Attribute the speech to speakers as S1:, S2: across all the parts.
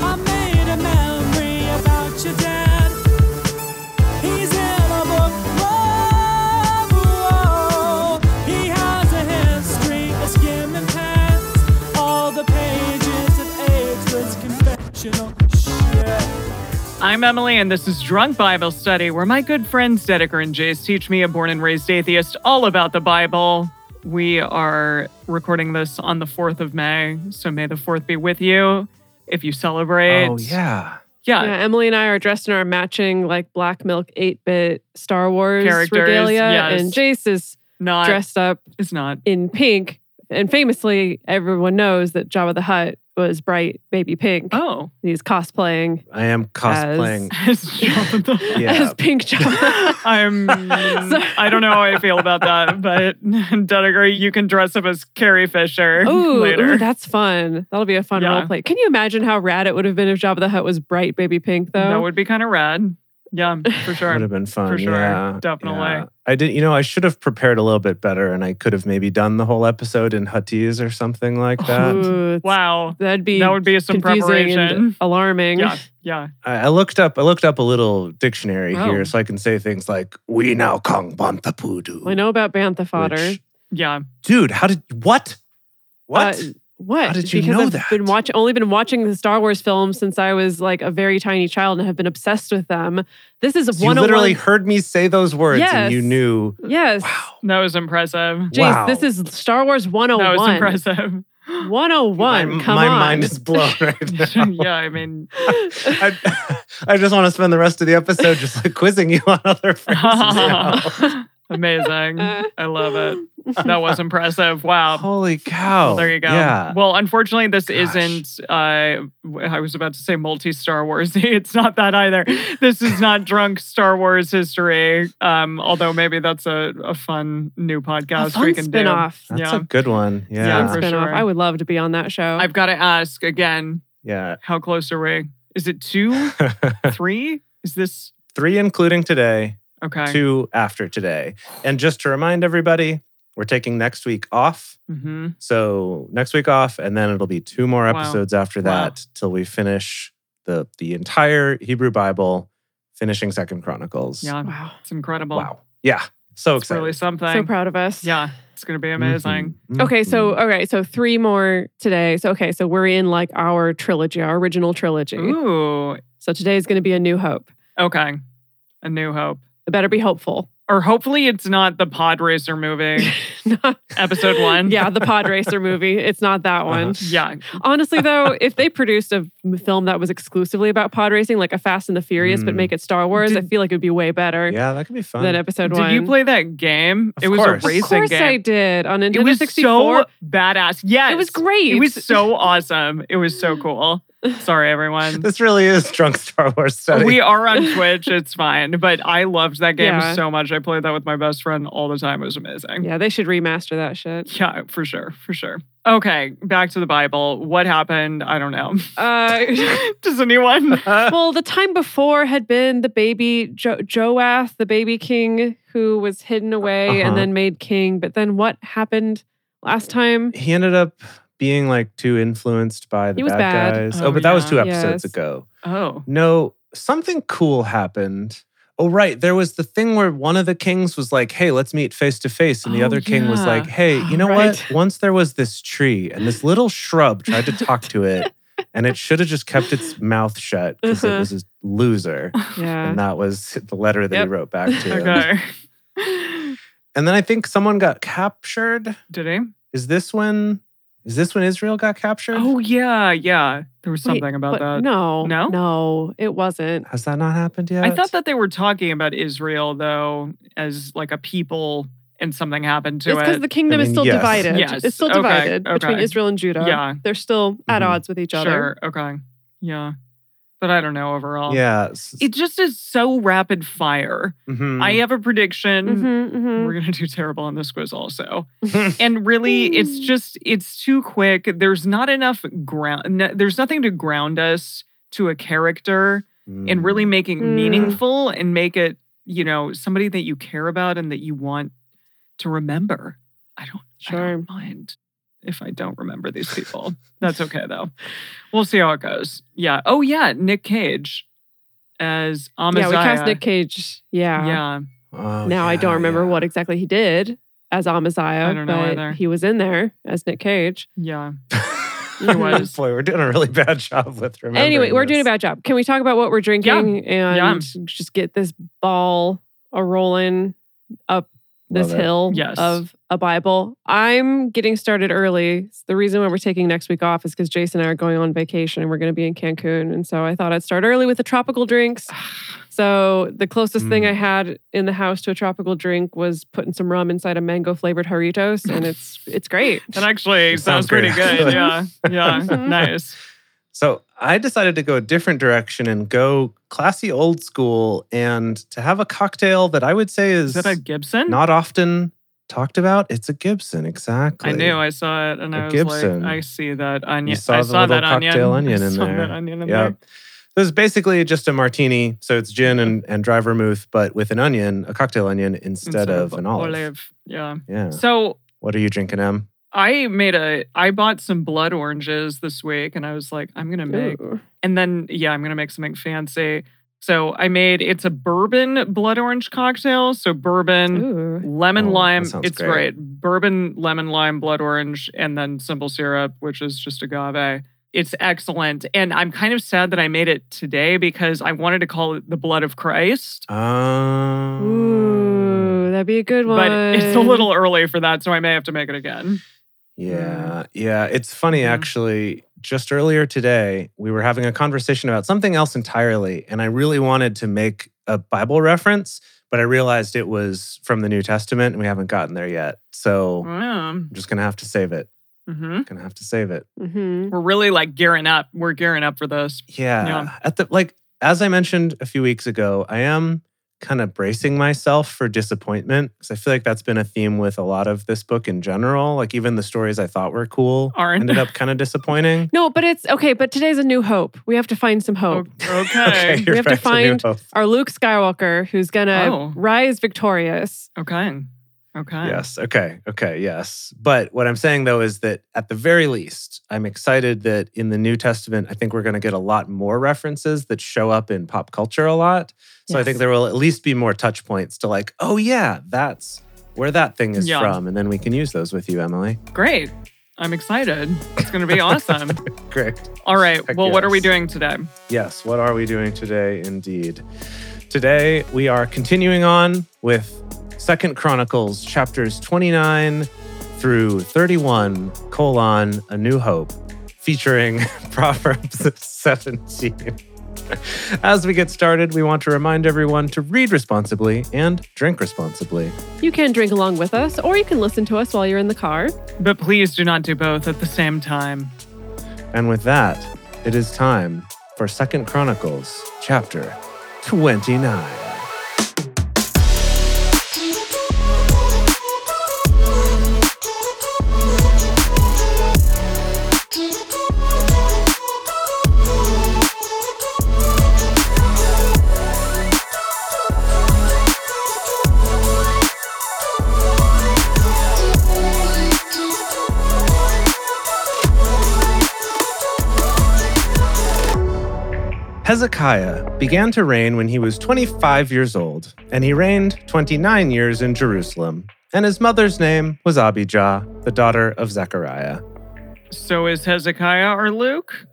S1: I made a memory about your dad. He's in a book. Whoa, whoa. He has a history of skimming past all the pages of ageless confessional shit.
S2: I'm Emily, and this is Drunk Bible Study, where my good friends Dedeker and Jace teach me, a born and raised atheist, all about the Bible. We are recording this on the 4th of May, so may the 4th be with you if you celebrate.
S3: Oh yeah.
S2: Yeah.
S4: Yeah, Emily and I are dressed in our matching like black milk 8 bit Star Wars
S2: Characters,
S4: regalia.
S2: yes.
S4: And Jace is
S2: Not.
S4: dressed up
S2: It's not.
S4: in pink. And famously, everyone knows that Jabba the Hutt was bright baby pink.
S2: Oh.
S4: He's cosplaying
S3: I am cosplaying.
S2: It's John the-
S3: Yeah.
S4: as Pink Jabba.
S2: I'm. I don't know how I feel about that, but Dedeker, you can dress up as Carrie Fisher
S4: Ooh,
S2: later.
S4: ooh, that's fun. That'll be a fun
S2: Yeah.
S4: role play. Can you imagine how rad it would have been if Jabba the Hutt was bright baby pink, though?
S2: that would be kind of rad. Yeah, for sure.
S3: Would have been fun.
S2: sure,
S3: yeah,
S2: definitely.
S3: yeah. I did. You know, I should have prepared a little bit better, and I could have maybe done the whole episode in Huttese or something like that.
S4: Ooh, it's-
S2: Wow.
S4: That'd be
S2: That would be some
S4: confusing and
S2: preparation.
S4: alarming.
S2: Yeah, yeah.
S3: I, I looked up. I looked up a little dictionary
S2: Wow.
S4: Oh.
S3: here, so I can say things like "We now kong banta pudu."
S4: I know about Bantha fodder.
S3: which-
S2: Yeah.
S3: dude. How did what? What?
S4: Uh, what?
S3: How did you
S4: because
S3: know
S4: I've
S3: that?
S4: Been watch- only been watching the Star Wars films since I was like a very tiny child and have been obsessed with them. This is
S3: you
S4: 101.
S3: literally heard me say those words, and you
S4: Yes.
S3: knew.
S4: yes.
S3: Wow.
S2: That was impressive.
S4: Jace, this is Star Wars
S2: That
S4: 101.
S2: was impressive.
S4: 101.
S3: My,
S4: come
S3: my
S4: on.
S3: mind is blown right now.
S2: yeah, I mean,
S3: I, I just want to spend the rest of the episode just like quizzing you on other phrases. now.
S2: amazing. I love it. That was impressive. Wow.
S3: Holy cow!
S2: Well, there you go.
S3: Yeah,
S2: Well, unfortunately, this
S3: Gosh.
S2: isn't. Uh, w- I was about to say multi Star Wars. it's not that either. This is not drunk Star Wars history. Um, although maybe that's a, a fun new podcast
S4: a fun
S2: we can do.
S4: spin-off.
S3: that's
S2: yeah.
S3: a good one. Yeah,
S2: Yeah,
S4: Fun
S2: for
S4: spin-off.
S2: sure.
S4: I would love to be on that show.
S2: I've got to ask again.
S3: yeah.
S2: How close are we? Is it two, three? Is this
S3: Three, including today.
S2: okay?
S3: Two after today. And just to remind everybody, we're taking next week off.
S2: Mm-hmm.
S3: So next week off, and then it'll be two more
S2: Wow.
S3: episodes after
S2: Wow.
S3: that till we finish the the entire Hebrew Bible, finishing Second Chronicles.
S2: Yeah,
S4: wow.
S2: it's incredible.
S3: Wow. Yeah. So
S2: it's
S3: excited.
S2: really something.
S4: So proud of us.
S2: Yeah, it's gonna be amazing.
S3: Mhm.
S4: Okay, so all right, so three more today. So okay, so we're in like our trilogy, our original trilogy.
S2: Ooh,
S4: So today's going to be a new hope.
S2: okay, A New Hope,
S4: It better be hopeful.
S2: or hopefully it's not the pod racer movie, episode one. Uh-huh.
S4: yeah, the pod racer movie. It's not that one.
S2: yeah,
S4: Honestly, though, if they produced a m- film that was exclusively about pod racing, like a Fast and the Furious, but
S3: Mm.
S4: make it Star Wars, I
S2: Did-
S4: feel like it would be way better
S3: yeah, that could be fun.
S4: than episode
S2: Did
S4: one.
S2: you play that game?
S3: Of
S2: it was
S3: course.
S2: a
S3: Of
S2: racing
S4: Of course,
S2: game.
S4: I did on Nintendo
S2: It was
S4: 64.
S2: so badass. Yes,
S4: It was great.
S2: It was so awesome. It was so cool. Sorry, everyone.
S3: this really is drunk Star Wars
S4: Oh,
S3: study.
S2: We are on Twitch. It's fine. But I loved that game
S4: Yeah.
S2: so much. I played that with my best friend all the time. It was amazing.
S4: Yeah, they should remaster that shit.
S2: Yeah, for sure. For sure. Okay, back to the Bible. What happened? I don't know.
S4: Uh,
S2: Does anyone?
S4: well, the time before had been the baby jo- Joath, the baby king who was
S2: Uh,
S4: hidden away
S3: Uh-huh.
S4: and then made king. But then what happened last time?
S3: he ended up being like too influenced by the
S4: He was
S3: bad,
S4: bad.
S3: guys.
S2: Oh,
S3: Oh, but that was
S2: yeah.
S3: two episodes
S4: Yes.
S3: ago.
S2: Oh,
S3: No, something cool happened. Oh, right. There was the thing where one of the kings was like, hey, let's meet face to face. And the
S2: Oh,
S3: other king was
S2: yeah.
S3: like, hey, you know
S4: Right.
S3: what? Once there was this tree and this little shrub tried to talk to it, and it should have just kept its mouth shut because
S4: Uh-huh.
S3: it was a loser.
S4: Yeah.
S3: And that was the letter that
S4: Yep.
S3: he wrote back to. him.
S2: okay.
S3: And then I think someone got captured.
S2: Did he?
S3: Is this when? Is this when Israel got captured?
S2: Oh yeah, yeah. There was
S4: Wait,
S2: something about
S4: but
S2: that.
S4: No,
S2: No?
S4: no, it wasn't.
S3: Has that not happened yet?
S2: I thought that they were talking about Israel though, as like a people, and something happened to
S4: it's because
S2: it.
S4: the kingdom is
S3: mean,
S4: still
S3: yes.
S4: divided.
S2: Yes,
S4: It's still
S2: okay,
S4: divided between
S2: okay.
S4: Israel and Judah.
S2: Yeah.
S4: They're still at
S3: Mhm.
S4: odds with each other.
S2: Sure. Okay. Yeah. but I don't know overall.
S3: Yeah.
S2: uh, It just is so rapid fire.
S3: Mm-hmm.
S2: I
S4: Mm.
S2: have a prediction.
S4: Mhm, mhm.
S2: We're gonna do terrible on this quiz also. and really, it's just it's too quick. There's not enough ground. no- there's nothing to ground us to a character and really making
S4: Mm.
S2: meaningful and make it you know somebody that you care about and that you want to remember. I don't. I
S4: Sure.
S2: don't mind if I don't remember these people. That's okay though. We'll see how it goes. Yeah. Oh yeah, Nick Cage as Amaziah.
S4: Yeah, we cast Nick Cage. Yeah.
S2: Yeah.
S3: Oh,
S4: Now I don't remember what exactly he did as Amaziah,
S2: I don't know
S4: but
S2: either.
S4: he was in there as Nick Cage.
S2: Yeah.
S3: it
S2: was.
S3: Boy, we're doing a really bad job with remembering.
S4: anyway, we're doing a
S3: this.
S4: bad job. Can we talk about what we're drinking and just get this ball a rolling up this
S3: Love it.
S4: hill
S2: Yes.
S4: of a Bible? I'm getting started early. The reason why we're taking next week off is because Jason and I are going on vacation and we're going to be in Cancun, and so I thought I'd start early with the tropical drinks.
S3: Ah.
S4: So the closest thing
S3: Mm.
S4: I had in the house to a tropical drink was putting some rum inside a mango flavored Doritos, and it's it's great.
S2: That actually
S3: It
S2: sounds,
S3: sounds
S2: pretty
S3: great,
S2: good.
S3: actually.
S2: Yeah. Yeah.
S4: Mhm.
S2: nice.
S3: So I decided to go a different direction and go classy old school and to have a cocktail that I would say
S2: Is
S3: is
S2: that a Gibson?
S3: not often talked about. It's a Gibson, exactly.
S2: I knew I saw it and I
S3: A
S2: was
S3: Gibson.
S2: like, I see that onion.
S3: saw
S2: I
S3: the
S2: saw that
S3: little
S2: onion.
S3: cocktail
S2: I
S3: onion in
S2: saw
S3: there.
S2: that onion in
S3: Yeah.
S2: there.
S3: So it's basically just a martini. So it's gin and, and dry vermouth, but with an onion, a cocktail onion instead, of, an olive.
S2: Yeah.
S3: Yeah.
S2: So
S3: What are you drinking, Em?
S2: I made a I bought some blood oranges this week and I was like, I'm gonna make
S4: Ooh.
S2: and then yeah, I'm gonna make something fancy. So I made it's a bourbon blood orange cocktail. So bourbon,
S4: Ooh.
S2: lemon
S3: Oh, that
S2: lime.
S3: sounds
S2: It's
S3: great.
S2: great. Bourbon, lemon lime, blood orange, and then simple syrup, which is just agave. It's excellent. And I'm kind of sad that I made it today because I wanted to call it the blood of Christ.
S3: Um,
S4: Ooh, that'd be a good one.
S2: But it's a little early for that, so I may have to make it again.
S3: Yeah. Yeah. It's funny,
S2: Mhm.
S3: actually. Just earlier today, we were having a conversation about something else entirely. And I really wanted to make a Bible reference, but I realized it was from the New Testament and we haven't gotten there yet. So
S2: Mm-hmm.
S3: I'm just going to have to save it.
S2: hmm
S3: Going to have to save it.
S4: Mhm.
S2: We're really like gearing up. We're gearing up for this.
S3: Yeah.
S2: Yeah.
S3: At the like as I mentioned a few weeks ago, I am kind of bracing myself for disappointment because I feel like that's been a theme with a lot of this book in general. Like even the stories I thought were cool
S2: Aren't-
S3: ended up kind of disappointing.
S4: No, but it's okay. But today's a new hope. We have to find some
S2: O-
S4: hope.
S2: Okay. okay.
S3: you're
S4: have to
S3: back New
S4: find-
S3: Hope.
S4: Our Luke Skywalker, who's gonna
S2: Oh.
S4: rise victorious.
S2: Okay.
S3: Yes. Okay. Okay. Yes. But what I'm saying though is that at the very least, I'm excited that in the New Testament, I think we're going to get a lot more references that show up in pop culture a lot. So I think
S4: Yes.
S3: there will at least be more touch points to like, oh yeah, that's where that thing is
S2: Yeah.
S3: from, and then we can use those with you, Emily.
S2: Great. I'm excited. It's going to be awesome.
S3: Correct.
S2: All right.
S3: Heck
S2: Well, what are we
S3: yes.
S2: doing today?
S3: Yes, what are we doing today indeed? Today we are continuing on with 2nd Chronicles chapters 29 through 31 colon a new hope featuring Proverbs 17. As we get started, we want to remind everyone to read responsibly and drink responsibly.
S4: You can drink along with us, or you can listen to us while you're in the car.
S2: But please do not do both at the same time.
S3: And with that, it is time for 2nd Chronicles chapter 29. Hezekiah began to reign when he was 25 years old, and he reigned 29 years in Jerusalem. And his mother's name was Abijah, the daughter of Zechariah.
S2: So is Hezekiah or Luke?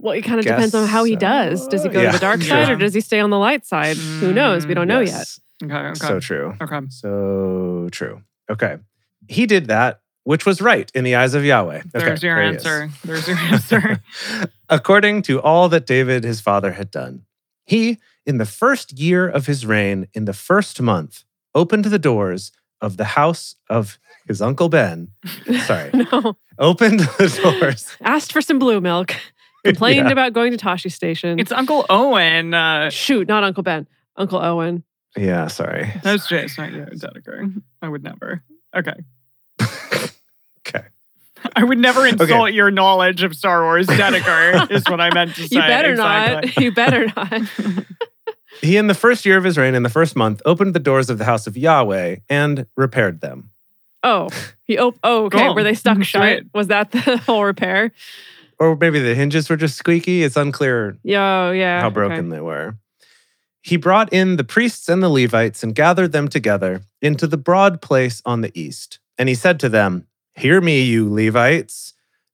S4: Well, it kind of
S3: Guess
S4: depends on how he
S3: so.
S4: does. Does he go
S3: Yeah.
S4: to the dark
S2: Yeah.
S4: side or does he stay on the light side? Who
S2: Mm,
S4: knows? We don't know yet.
S3: Yes.
S2: Okay. Okay.
S3: So true.
S2: okay.
S3: So true. Okay. He did that, which was right in the eyes of Yahweh. Okay,
S2: There's your
S3: there he is.
S2: answer. There's your answer.
S3: According to all that David his father had done, he, in the first year of his reign, in the first month, opened the doors of the house of his uncle Ben. Sorry,
S4: no.
S3: opened the doors
S4: Asked for some blue milk complained about going to Tashi Station.
S2: It's Uncle Owen. Uh,
S4: Shoot, not Uncle Ben, Uncle Owen.
S3: Yeah, sorry.
S2: that's Jace, not you, Dedeker. I would never. Okay.
S3: Okay.
S2: I would never insult your knowledge of Star Wars, Dedeker, is what I meant to say.
S4: You better
S2: exactly.
S4: not. You better not.
S3: He, in the first year of his reign, in the first month, opened the doors of the house of Yahweh and repaired them.
S4: Oh, he op- oh okay.
S2: Cool.
S4: Were they stuck
S2: That's
S4: shut?
S2: right.
S4: Was that the whole repair?
S3: Or maybe the hinges were just squeaky. It's unclear
S4: Yo, yeah.
S3: how
S4: okay.
S3: broken they were. He brought in the priests and the Levites and gathered them together into the broad place on the east. And he said to them, Hear me, you Levites.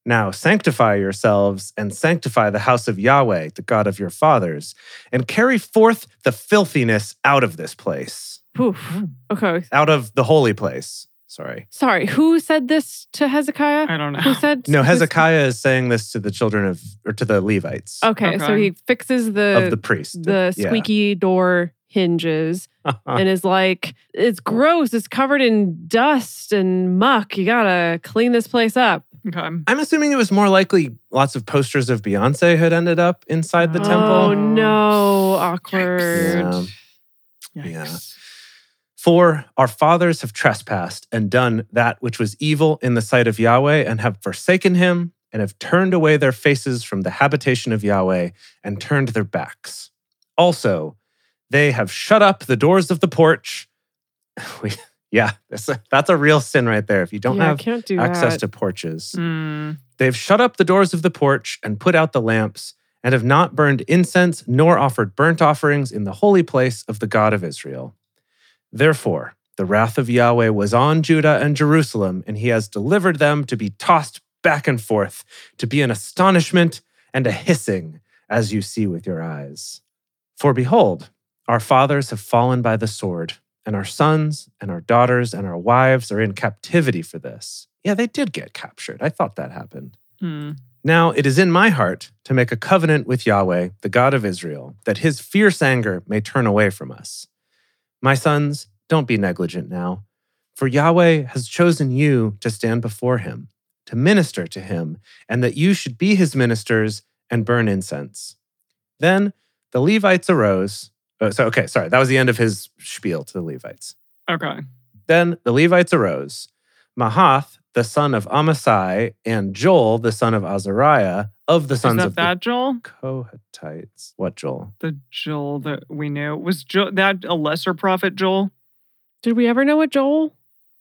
S3: Now sanctify yourselves and sanctify the house of Yahweh, the God of your fathers, and carry forth the filthiness out of this place,
S4: Poof. Okay.
S3: out of the holy place. Sorry.
S4: Sorry. Who said this to Hezekiah?
S2: I don't know.
S4: Who said
S3: No,
S4: who-
S3: Hezekiah is saying this to the children of, or to the Levites
S4: Okay, so
S2: Okay.
S4: he fixes Oh, the
S3: of the priests.
S4: the
S3: Yeah.
S4: squeaky door hinges and is like, it's gross. It's covered in dust and muck. You gotta clean this place up.
S2: Okay.
S3: I'm assuming it was more likely lots of posters of Beyonce had ended up inside the
S2: Oh.
S4: Oh
S3: temple.
S4: no, awkward.
S3: Yeah. Yeah.
S2: Yikes.
S3: For our fathers have trespassed and done that which was evil in the sight of Yahweh and have forsaken him and have turned away their faces from the habitation of Yahweh and turned their backs. Also, they have shut up the doors of the porch. We, yeah, that's a, that's a real sin right there. If you don't
S4: Yeah, I
S3: have
S4: can't do
S3: access
S4: that.
S3: to porches,
S2: Hmm.
S3: They've shut up the doors of the porch and put out the lamps, and have not burned incense nor offered burnt offerings in the holy place of the God of Israel. Therefore, the wrath of Yahweh was on Judah and Jerusalem, and he has delivered them to be tossed back and forth, to be an astonishment and a hissing, as you see with your eyes. For behold, our fathers have fallen by the sword, and our sons and our daughters and our wives are in captivity for this. Yeah, they did get captured. I thought that happened.
S2: Hmm.
S3: Now it is in my heart to make a covenant with Yahweh, the God of Israel, that his fierce anger may turn away from us. My sons, don't be negligent now, for Yahweh has chosen you to stand before him, to minister to him, and that you should be his ministers and burn incense. Then the Levites arose. Oh, so, okay, sorry, that was the end of his spiel to the Levites.
S2: Okay.
S3: Then the Levites arose. Mahath, the son of Amasai, and Joel, the son of Azariah, of the
S2: Is
S3: sons
S2: that
S3: of
S2: that Joel?
S3: the Kohatites. What Joel?
S2: The Joel that we knew was Joel, that a lesser prophet Joel.
S4: Did we ever know what Joel?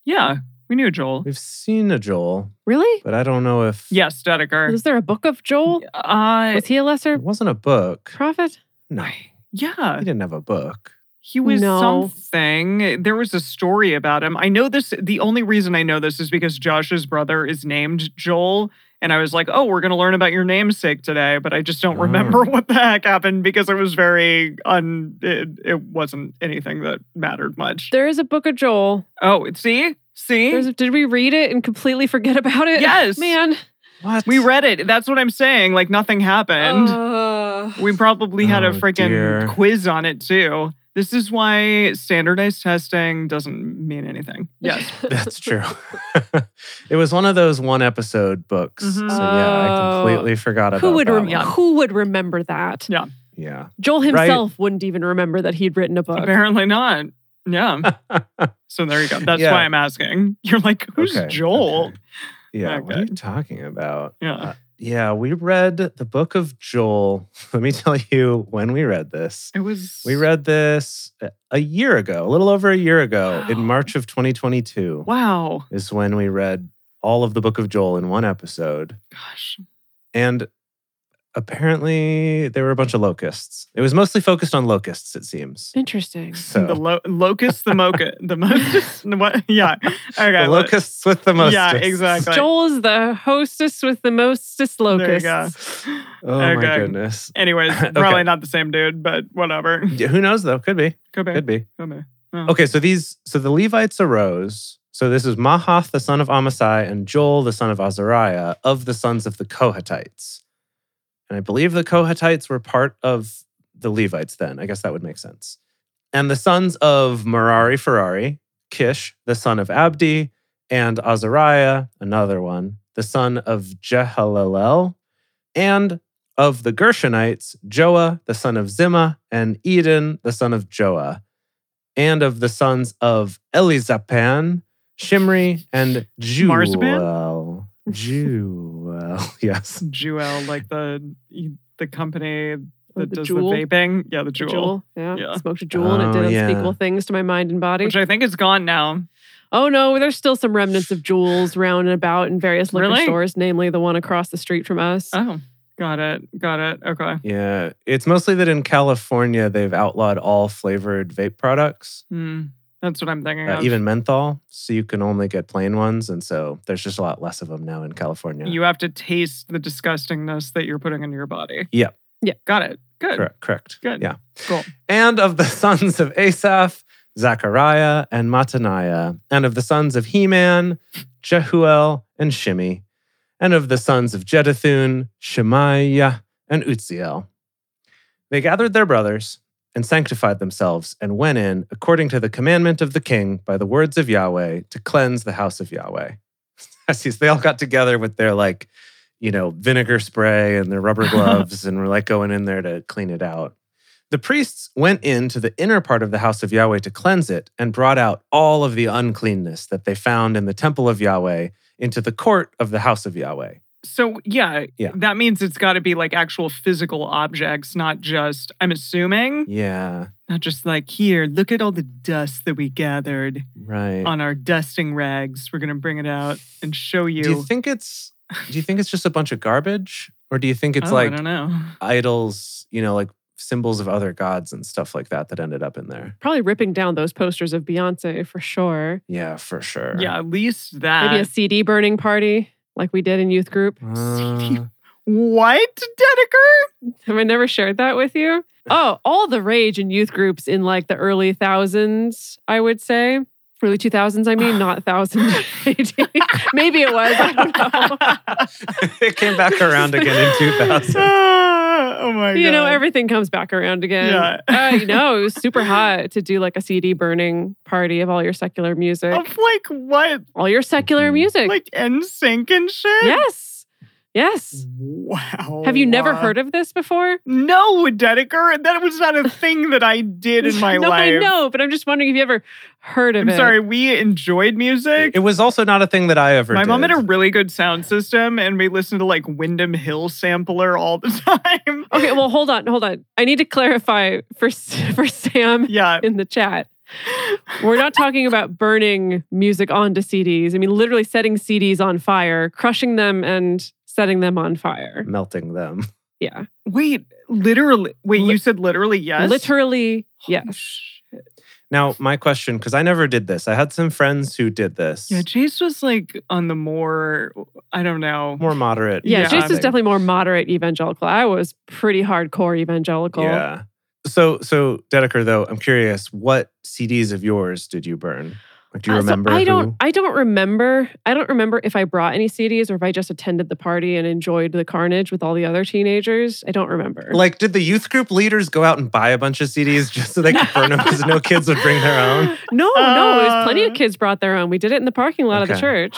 S2: Yeah, we knew Joel.
S3: We've seen a Joel,
S4: Really?
S3: but I don't know if
S2: Yes, Dedeker.
S4: Was there a book of Joel?
S2: Uh,
S4: Was he a lesser
S3: it wasn't a book.
S4: prophet?
S3: No,
S2: yeah,
S3: he didn't have a book.
S2: he was
S4: No.
S2: something. Eh, There was a story about him. I know this. The only reason I know this is because Josh's brother is named Joel, and I was like, "Oh, we're going to learn about your namesake today," but I just don't remember
S3: Oh.
S2: what the heck happened because it was very un. It, it wasn't anything that mattered much.
S4: There is a book of Joel.
S2: Oh, see, see,
S4: There's a, did we read it and completely forget about it?
S2: Yes.
S4: Man.
S3: What?
S2: we read it. That's what I'm saying. Like nothing happened.
S4: Uh,
S2: We probably had
S3: Oh,
S2: a freaking
S3: dear.
S2: quiz on it too. This is why standardized testing doesn't mean anything. Yes.
S3: That's true. it was one of those one episode books.
S2: Mhm.
S3: So yeah, I
S4: Oh.
S3: completely forgot about
S4: who would
S3: that
S4: rem-
S3: one.
S2: Yeah.
S4: who would remember that?
S3: Yeah.
S4: Joel
S3: Right.
S4: himself wouldn't even remember that he'd written a book.
S2: Apparently not. Yeah. so there you go. That's
S3: Yeah.
S2: why I'm asking. You're like, who's
S3: Okay,
S2: Joel?
S3: okay. Yeah. What are
S2: Okay.
S3: you talking about?
S2: Yeah.
S3: Yeah, we read the book of Joel. Let me tell you when we read this.
S2: It was
S3: We read this a- a year ago, a little over a year ago, in
S2: Wow.
S3: March of 2022,
S2: Wow.
S3: is when we read all of the book of Joel in one episode.
S2: Gosh.
S3: And apparently there were a bunch of locusts. It was mostly focused on locusts, it seems.
S4: Interesting.
S3: So
S2: The
S3: the,
S2: lo- locust, the mocha, the most. What? Yeah. Okay. well,
S3: locusts with the most.
S2: Yeah, exactly.
S4: Joel is the hostess with the mostest
S2: There you
S4: locusts.
S2: go.
S3: Oh my
S2: Okay.
S3: goodness.
S2: Anyways,
S3: Okay.
S2: probably not the same dude, but whatever.
S3: Yeah, Who knows though? Could be.
S2: Could be.
S3: Could be.
S2: Could be. Yeah.
S3: Okay, so these so the Levites arose. So this is Mahath the son of Amasai and Joel the son of Azariah of the sons of the Kohatites. And I believe the Kohatites were part of the Levites then. I guess that would make sense. And the sons of Merari Ferrari, Kish, the son of Abdi, and Azariah, another one, the son of Jehalalel, and of the Gershonites, Joah, the son of Zimah, and Eden, the son of Joah, and of the sons of Elizapan, Shimri, and Jewel.
S2: Marzipan?
S3: Jewel, yes.
S2: Jewel, like the e, the company
S4: Or
S2: that does
S4: jewel.
S2: the vaping. Yeah, the
S4: The
S2: jewel,
S4: Yeah.
S2: Yeah.
S4: Smoked a jewel and it
S3: Oh,
S4: did
S3: yeah.
S4: unspeakable things to my mind and body.
S2: which I think is gone now.
S4: oh no, there's still some remnants of jewels round and about in various liquor
S2: Really?
S4: stores, namely the one across the street from us.
S2: Oh, got it, got it. Okay.
S3: Yeah, it's mostly that in California they've outlawed all flavored vape products,
S2: Hmm. that's what I'm thinking.
S3: uh,
S2: of.
S3: even menthol. So you can only get plain ones, and so there's just a lot less of them now in California.
S2: you have to taste the disgustingness that you're putting into your body.
S3: Yeah.
S4: Yeah.
S2: Got it. Good.
S3: correct? Correct.
S2: Good.
S3: Yeah.
S2: Cool.
S3: And of the sons of Asaph, Zachariah and Mataniah, and of the sons of Heman, Jehuel and Shimi, and of the sons of Jeduthun, Shemaiah and Uzziel. They gathered their brothers and sanctified themselves and went in according to the commandment of the king by the words of Yahweh to cleanse the house of Yahweh. As these- they all got together with their like, you know, vinegar spray and their rubber gloves and were like going in there to clean it out. The priests went into the inner part of the house of Yahweh to cleanse it and brought out all of the uncleanness that they found in the temple of Yahweh into the court of the house of Yahweh.
S2: So yeah,
S3: Yeah.
S2: that means it's got to be like actual physical objects, not just. I'm assuming
S3: Yeah,
S2: not just like here. Look at all the dust that we gathered
S3: right.
S2: on our dusting rags. We're gonna bring it out and show you.
S3: Do you think it's do you think it's just a bunch of garbage or do you think it's
S2: Oh,
S3: like
S2: I don't know.
S3: idols, you know, like symbols of other gods and stuff like that that ended up in there?
S4: Probably ripping down those posters of Beyonce for sure.
S3: Yeah, for sure.
S2: Yeah, at least that.
S4: Maybe a CD burning party like we did in youth group.
S3: Uh,
S2: what, Dedeker?
S4: Have I never shared that with you? Oh, all the rage in youth groups in like the early thousands, I would say. Early 2000s, I mean, not thousand. Maybe it was. I don't know.
S3: it came back around again in 2000.
S2: oh my god.
S4: you know, everything comes back around again.
S2: Yeah.
S4: uh, you know, it was super hot to do like a CD burning party of all your secular music.
S2: Of like what?
S4: All your secular
S3: Mhm.
S4: music.
S2: Like NSYNC and shit?
S4: yes. Yes.
S2: Wow.
S4: Have you never heard of this before?
S2: No, Dedeker. That was not a thing that I did in my
S4: no,
S2: life.
S4: I know, but I'm just wondering if you ever heard of
S2: I'm
S4: it.
S2: sorry, we enjoyed music.
S3: It was also not a thing that I ever
S2: My
S3: did.
S2: mom had a really good sound system, and we listened to like Wyndham Hill sampler all the time.
S4: Okay, well, hold on, hold on. I need to clarify for S- for Sam
S2: Yeah.
S4: in the chat. We're not talking about burning music onto CDs. I mean, literally setting CDs on fire, crushing them, and setting them on fire.
S3: melting them.
S4: Yeah,
S2: Wait, literally. Wait, you said literally yes?
S4: literally.
S2: Holy
S4: Yeah,
S2: shit.
S3: Now, my question, because I never did this, I had some friends who did this.
S2: Yeah, Jace was like on the more, I don't know.
S3: more moderate.
S4: yeah.
S2: Yeah,
S4: Jace is
S3: thing.
S4: definitely more moderate evangelical. I was pretty hardcore evangelical.
S3: Yeah. So, so Dedeker, though, I'm curious, what CDs of yours did you burn? Like, do you
S4: Uh, so
S3: remember?
S4: I don't.
S3: who?
S4: I don't remember. I don't remember if I brought any CDs or if I just attended the party and enjoyed the carnage with all the other teenagers. I don't remember.
S3: Like, did the youth group leaders go out and buy a bunch of CDs just so they could burn them because no kids would bring their own?
S4: No, no, it was plenty of
S2: Uh,
S4: kids brought their own. We did it in the parking lot of the
S3: Okay.
S4: church.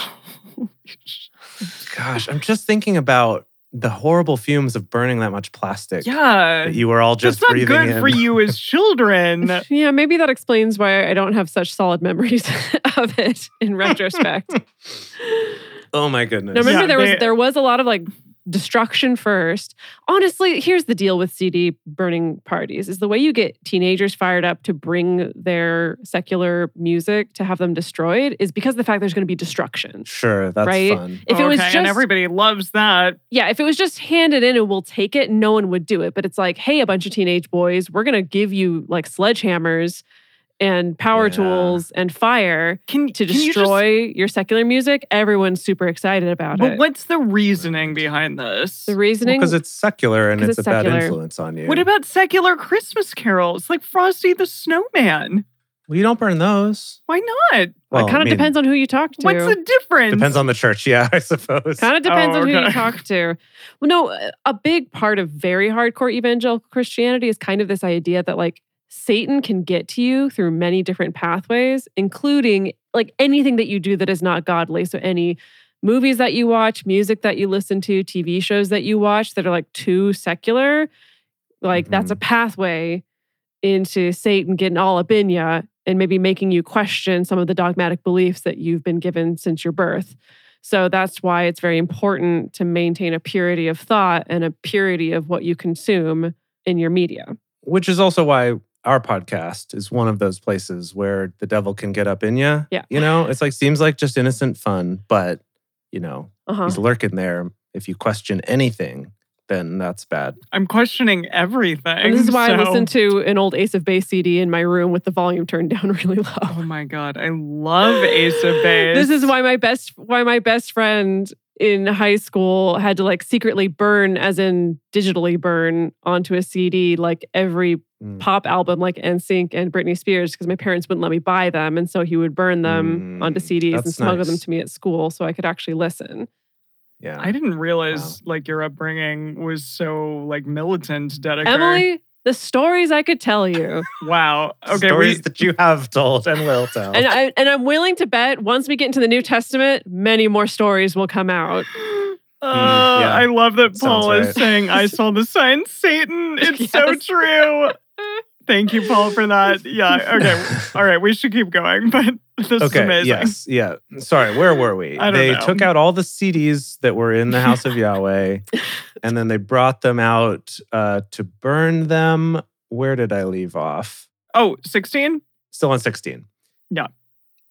S3: Gosh, I'm just thinking about the horrible fumes of burning that much plastic.
S2: Yeah.
S3: That you were all just
S2: That's not
S3: breathing
S2: good
S3: in.
S2: for you as children.
S4: Yeah, maybe that explains why I don't have such solid memories of it in retrospect.
S3: Oh my goodness.
S4: Now, remember
S2: Yeah,
S4: there was
S2: they-
S4: there was a lot of like destruction first. Honestly, here's the deal with CD burning parties is the way you get teenagers fired up to bring their secular music to have them destroyed is because of the fact there's going to be destruction.
S3: Sure, that's
S4: Right?
S3: fun.
S4: If it was
S2: Okay,
S4: just
S2: and everybody loves that.
S4: yeah, if it was just handed in and we'll take it, no one would do it. But it's like, hey, a bunch of teenage boys, we're gonna give you like sledgehammers and power
S3: Yeah.
S4: tools and fire
S2: Can
S4: to
S2: can you just-
S4: destroy your secular music. Everyone's super excited about
S2: but
S4: it.
S2: what's the reasoning behind this?
S4: the reasoning?
S3: Because it's secular and
S4: 'Cause
S3: it's,
S4: it's
S3: a bad
S4: secular.
S3: influence on you.
S2: What about secular Christmas carols like Frosty the Snowman?
S3: well, you don't burn those.
S2: Why not?
S3: Well,
S4: it kind
S3: I
S4: of
S3: mean,
S4: depends on who you talk to.
S2: What's the difference?
S3: Depends on the church. Yeah, I suppose.
S4: Kind of depends
S2: Oh,
S4: on who you
S2: okay.
S4: talk to. Well, no, a big part of very hardcore evangelical Christianity is kind of this idea that like Satan can get to you through many different pathways, including like anything that you do that is not godly. So any movies that you watch, music that you listen to, TV shows that you watch that are like too secular, like that's a pathway into Satan getting all up in ya and maybe making you question some of the dogmatic beliefs that you've been given since your birth. So that's why it's very important to maintain a purity of thought and a purity of what you consume in your media.
S3: which is also why our podcast is one of those places where the devil can get up in you.
S4: Yeah.
S3: You know, it's like seems like just innocent fun, but you know,
S4: Uh-huh.
S3: he's lurking there. If you question anything, then that's bad.
S2: I'm questioning everything.
S4: And this is why I
S2: so-
S4: listen to an old Ace of Base CD in my room with the volume turned down really low.
S2: Oh my god, I love Ace of Base.
S4: This is why my best why my best friend in high school had to like secretly burn, as in digitally burn, onto a CD like every
S3: Mm.
S4: pop album, like NSYNC and Britney Spears, because my parents wouldn't let me buy them, and so he would burn them
S3: Mm,
S4: onto CDs and
S3: that's
S4: smuggle them
S3: nice.
S4: to me at school so I could actually listen.
S3: Yeah.
S2: I didn't realize like your upbringing was so like militant, Dedeker.
S4: Emily, the stories I could tell you,
S2: Wow. Okay.
S3: Stories
S2: we,
S3: that you have told and will tell.
S4: and I and I'm willing to bet once we get into the New Testament, many more stories will come out.
S2: Uh,
S3: Mm, yeah.
S2: I love that
S3: Sounds
S2: Paul is
S3: right.
S2: saying I saw the sign Satan. It's so
S4: Yes.
S2: true. Thank you, Paul, for that. Yeah. Okay. All right. We should keep going, but this is
S3: okay.
S2: amazing.
S3: Yes. Yeah. Sorry. Where were we?
S2: I don't
S3: they
S2: know.
S3: took out all the CDs that were in the house of Yahweh, and then they brought them out uh, to burn them. Where did I leave off?
S2: Oh, 16?
S3: still on 16.
S2: Yeah.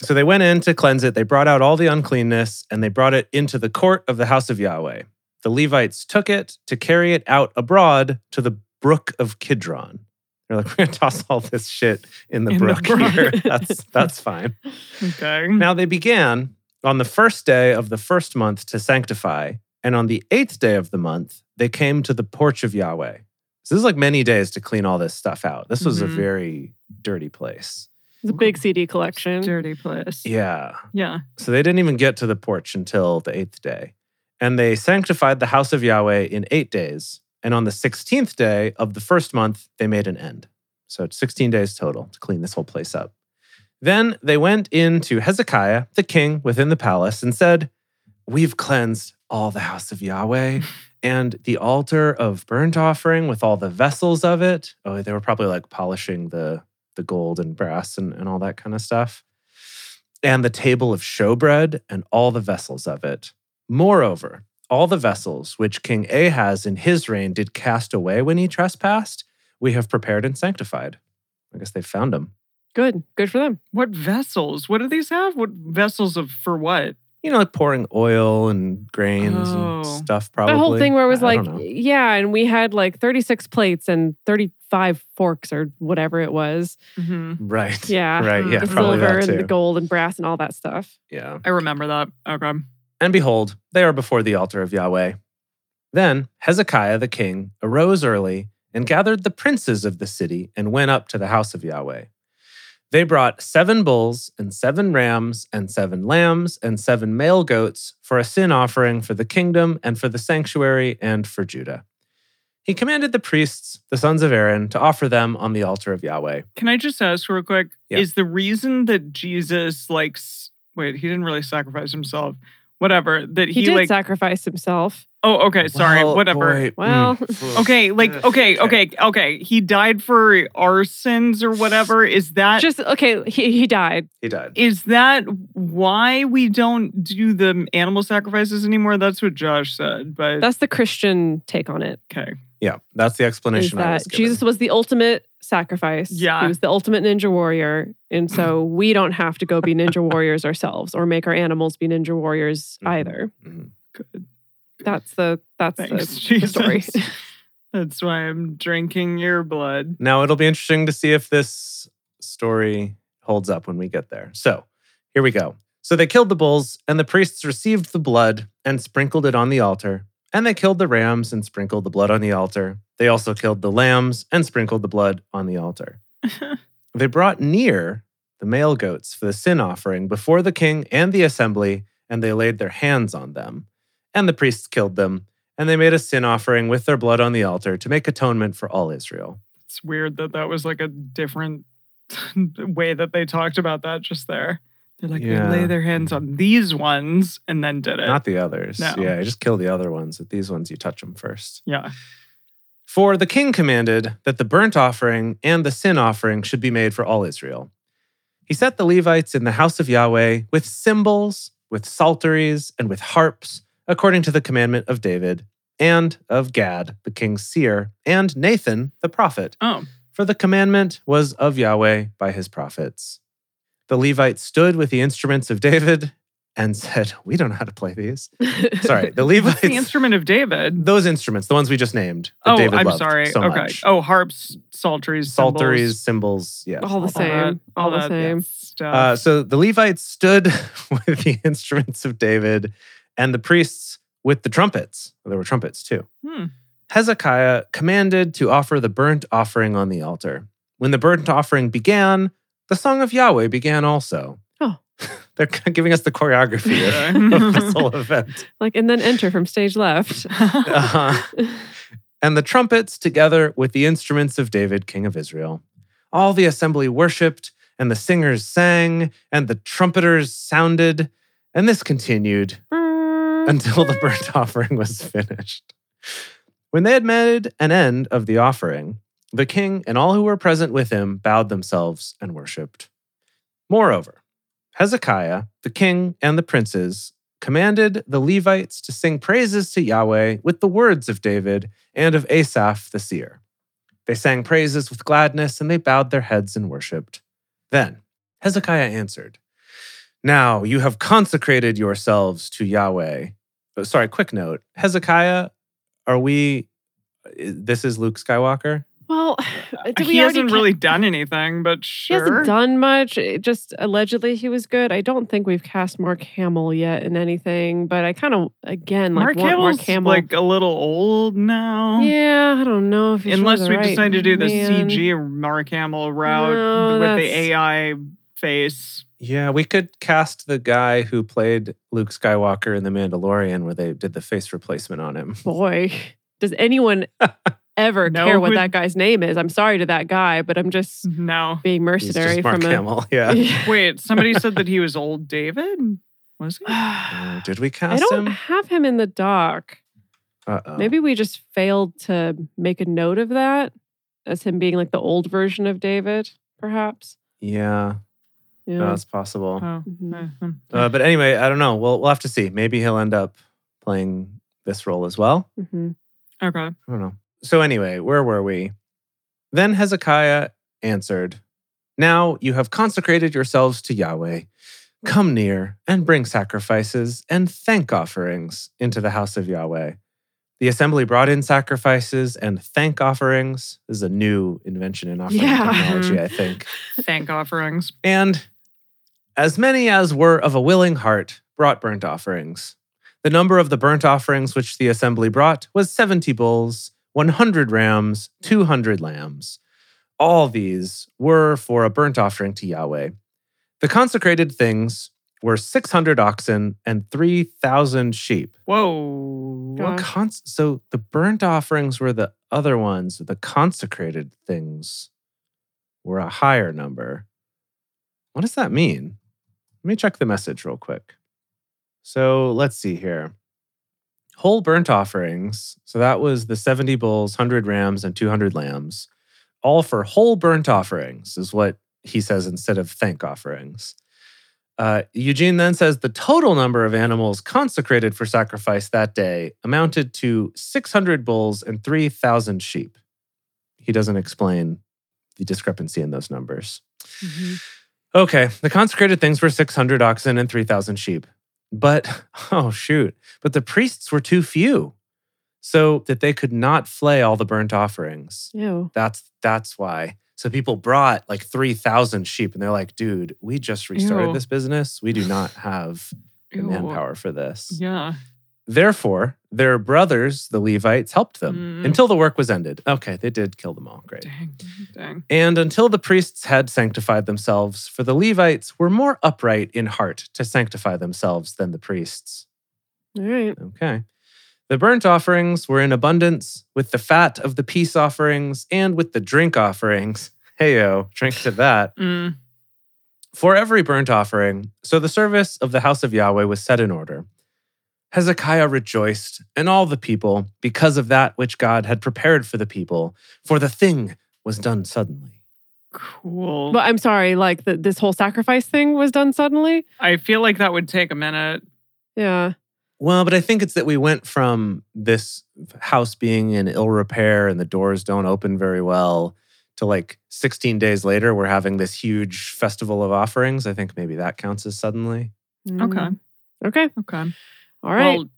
S3: So they went in to cleanse it. They brought out all the uncleanness and they brought it into the court of the house of Yahweh. The Levites took it to carry it out abroad to the brook of Kidron. They're like, we're gonna toss all this shit in the
S2: In the
S3: brook
S2: brook. Hmm.
S3: here. That's that's fine.
S2: Okay.
S3: Now they began on the first day of the first month to sanctify, and on the eighth day of the month, they came to the porch of Yahweh. So this is like many days to clean all this stuff out. This was
S2: Mhm.
S3: a very dirty place.
S4: It's a big CD collection.
S2: Dirty place.
S3: Yeah.
S2: Yeah.
S3: So they didn't even get to the porch until the eighth day. And they sanctified the house of Yahweh in eight days. And on the 16th day of the first month, they made an end. So it's 16 days total to clean this whole place up. Then they went in to Hezekiah, the king within the palace, and said, We've cleansed all the house of Yahweh and the altar of burnt offering with all the vessels of it. Oh, they were probably like polishing the, the gold and brass and, and all that kind of stuff and the table of showbread and all the vessels of it. Moreover, all the vessels which King Ahaz in his reign did cast away when he trespassed, we have prepared and sanctified. I guess they found them.
S4: Good. Good for them.
S2: What vessels? What do these have? What vessels of for what?
S3: You know, like pouring oil and grains
S2: Oh.
S3: and stuff, probably.
S4: The whole thing where it was
S3: I- I
S4: like,
S3: don't know.
S4: yeah, and we had like 36 plates and 35 forks or whatever it was.
S3: Mm-hmm.
S2: hmm
S3: right.
S4: Yeah. Hmm.
S3: Right. Yeah.
S4: The
S3: Probably
S4: silver
S3: that
S4: and the
S3: too.
S4: gold and brass and all that stuff.
S3: Yeah.
S2: I remember that. Okay.
S3: And behold, they are before the altar of Yahweh. Then Hezekiah the king arose early and gathered the princes of the city and went up to the house of Yahweh. They brought seven bulls and seven rams and seven lambs and seven male goats for a sin offering for the kingdom and for the sanctuary and for Judah. He commanded the priests, the sons of Aaron, to offer them on the altar of Yahweh.
S2: Can I just ask real quick?
S3: Yeah.
S2: Is the reason that Jesus like s- wait, he didn't really sacrifice himself. Whatever. That
S4: He,
S2: he,
S4: did
S2: like
S4: sacrifice himself.
S2: Oh, okay, sorry.
S3: Well,
S2: whatever.
S3: boy, mm,
S4: Well,
S2: Okay, like okay, okay, okay. He died for our sins or whatever. Is that
S4: Just okay, he, he died.
S3: He died.
S2: is that why we don't do the animal sacrifices anymore? That's what Josh said. But
S4: That's the Christian take on it.
S2: okay.
S3: Yeah, that's the
S4: Is
S3: explanation I was
S4: that
S3: given.
S4: Jesus was the ultimate sacrifice.
S2: Yeah.
S4: He was the ultimate ninja warrior. And so we don't have to go be ninja warriors ourselves or make our animals be ninja warriors
S3: Mhm.
S4: either.
S3: Mhm.
S2: Good.
S4: That's the that's the-
S2: Thanks,
S4: the
S2: Jesus.
S4: story.
S2: That's why I'm drinking your blood.
S3: Now it'll be interesting to see if this story holds up when we get there. So here we go. So they killed the bulls, and the priests received the blood and sprinkled it on the altar. And they killed the rams and sprinkled the blood on the altar. They also killed the lambs and sprinkled the blood on the altar. They brought near the male goats for the sin offering before the king and the assembly, and they laid their hands on them. And the priests killed them, and they made a sin offering with their blood on the altar to make atonement for all Israel.
S2: It's weird that that was like a different way that they talked about that just there. They're like,
S3: Yeah.
S2: they lay their hands on these ones and then did it.
S3: Not the others.
S2: No.
S3: Yeah, you just kill the other ones. But these ones, you touch them first.
S2: yeah.
S3: For the king commanded that the burnt offering and the sin offering should be made for all Israel. He set the Levites in the house of Yahweh with cymbals, with psalteries, and with harps, according to the commandment of David and of Gad, the king's seer, and Nathan, the prophet,
S2: Oh,
S3: for the commandment was of Yahweh by his prophets. The Levites stood with the instruments of David and said, We don't know how to play these. Sorry,
S2: what's the
S3: the Levites,
S2: instrument of David?
S3: those instruments, the ones we just named. That
S2: oh,
S3: David
S2: I'm
S3: loved
S2: sorry.
S3: So
S2: okay.
S3: Much.
S2: Oh, harps, psalteries, cymbals,
S3: Psalteries, cymbals, yeah.
S4: all the
S2: all that-
S4: same. All, the
S2: that
S4: same.
S2: stuff.
S3: Uh, so the Levites stood with the instruments of David and the priests with the trumpets. There were trumpets too.
S2: Hmm.
S3: Hezekiah commanded to offer the burnt offering on the altar. When the burnt offering began, the song of Yahweh began also.
S4: Oh.
S3: They're kind of giving us the choreography of- of this whole event.
S4: Like, and then enter from stage left.
S3: Uh-huh. and the trumpets together with the instruments of David, king of Israel. All the assembly worshiped, and the singers sang, and the trumpeters sounded, and this continued
S4: Mm,
S3: until the burnt offering was finished. When they had made an end of the offering, the king and all who were present with him bowed themselves and worshiped. Moreover, Hezekiah, the king, and the princes commanded the Levites to sing praises to Yahweh with the words of David and of Asaph the seer. They sang praises with gladness and they bowed their heads and worshiped. Then Hezekiah answered, Now you have consecrated yourselves to Yahweh. Oh, sorry, quick note Hezekiah, are we, this is Luke Skywalker?
S4: well, did we
S2: he
S4: already
S2: hasn't
S4: ca-
S2: really done anything, but sure.
S4: He hasn't done much. It just allegedly he was good. I don't think we've cast Mark Hamill yet in anything, but I kind of again
S2: Mark,
S4: like want
S2: Hamill's
S4: Mark Hamill.
S2: like a little old now.
S4: yeah, I don't know if he's really
S2: Unless
S4: the
S2: we
S4: right
S2: decide to do the
S4: man.
S2: CG Mark Hamill route with
S4: No,
S2: the
S4: that's-
S2: AI face.
S3: Yeah, we could cast the guy who played Luke Skywalker in The Mandalorian, where they did the face replacement on him.
S4: Boy, does anyone ever
S2: No, Mm.
S4: care what
S2: who-
S4: that guy's name is? I'm sorry to that guy, but I'm just
S2: No.
S4: being
S3: He's
S4: mercenary
S3: just Mark
S4: from
S3: Hamill.
S4: a.
S3: Yeah.
S2: Wait, somebody said that he was old David? Was he?
S3: Uh, Did we
S4: I
S3: cast
S4: don't
S3: him?
S4: have him in the doc.
S3: Uh-oh.
S4: Maybe we just failed to make a note of that as him being like the old version of David, perhaps.
S3: Yeah,
S4: Yeah.
S3: that's possible.
S2: Oh.
S4: Mhm.
S2: mhm.
S3: Uh, but anyway, I don't know. We'll we'll have to see. Maybe he'll end up playing this role as well.
S4: Mhm.
S2: Okay.
S3: I don't know. So, anyway, where were we? Then Hezekiah answered, Now you have consecrated yourselves to Yahweh. Come near and bring sacrifices and thank offerings into the house of Yahweh. The assembly brought in sacrifices and thank offerings. This is a new invention in offering
S4: Yeah.
S3: technology, I think.
S2: Thank offerings.
S3: And as many as were of a willing heart brought burnt offerings. The number of the burnt offerings which the assembly brought was 70 bulls, 100 rams, 200 lambs. All these were for a burnt offering to Yahweh. The consecrated things were 600 oxen and 3,000 sheep.
S2: Whoa.
S4: Gosh.
S3: What cons- so the burnt offerings were the other ones, the consecrated things were a higher number. What does that mean? Let me check the message real quick. So let's see here. Whole burnt offerings. So that was the 70 bulls, 100 rams, and 200 lambs. All for whole burnt offerings, is what he says instead of thank offerings. Uh, Eugene then says the total number of animals consecrated for sacrifice that day amounted to 600 bulls and 3,000 sheep. He doesn't explain the discrepancy in those numbers.
S2: Mm-hmm.
S4: Mhm.
S3: Okay, the consecrated things were 600 oxen and 3,000 sheep. But, oh shoot, but the priests were too few so that they could not flay all the burnt offerings.
S4: Ew.
S3: That's that's why. So people brought like three thousand sheep, and they're like, "Dude, we just restarted
S2: Ew.
S3: this business. We do not have the
S2: Ew.
S3: manpower for this."
S2: Yeah.
S3: Therefore, their brothers, the Levites, helped them
S2: Mm.
S3: until the work was ended. Okay, they did kill them all. Great.
S2: Dang. Dang.
S3: And until the priests had sanctified themselves, for the Levites were more upright in heart to sanctify themselves than the priests.
S4: All right.
S3: Okay. The burnt offerings were in abundance with the fat of the peace offerings and with the drink offerings. Heyo, drink to that.
S2: Mm.
S3: for every burnt offering. So the service of the house of Yahweh was set in order. Hezekiah rejoiced, and all the people, because of that which God had prepared for the people, for the thing was done suddenly.
S2: Cool.
S4: But I'm sorry, like the, this whole sacrifice thing was done suddenly.
S2: I feel like that would take a minute.
S4: Yeah.
S3: Well, but I think it's that we went from this house being in ill repair and the doors don't open very well to like 16 days later, we're having this huge festival of offerings. I think maybe that counts as suddenly.
S2: Okay.
S4: Mm-hmm. Okay.
S2: Okay.
S4: All right.
S2: Well,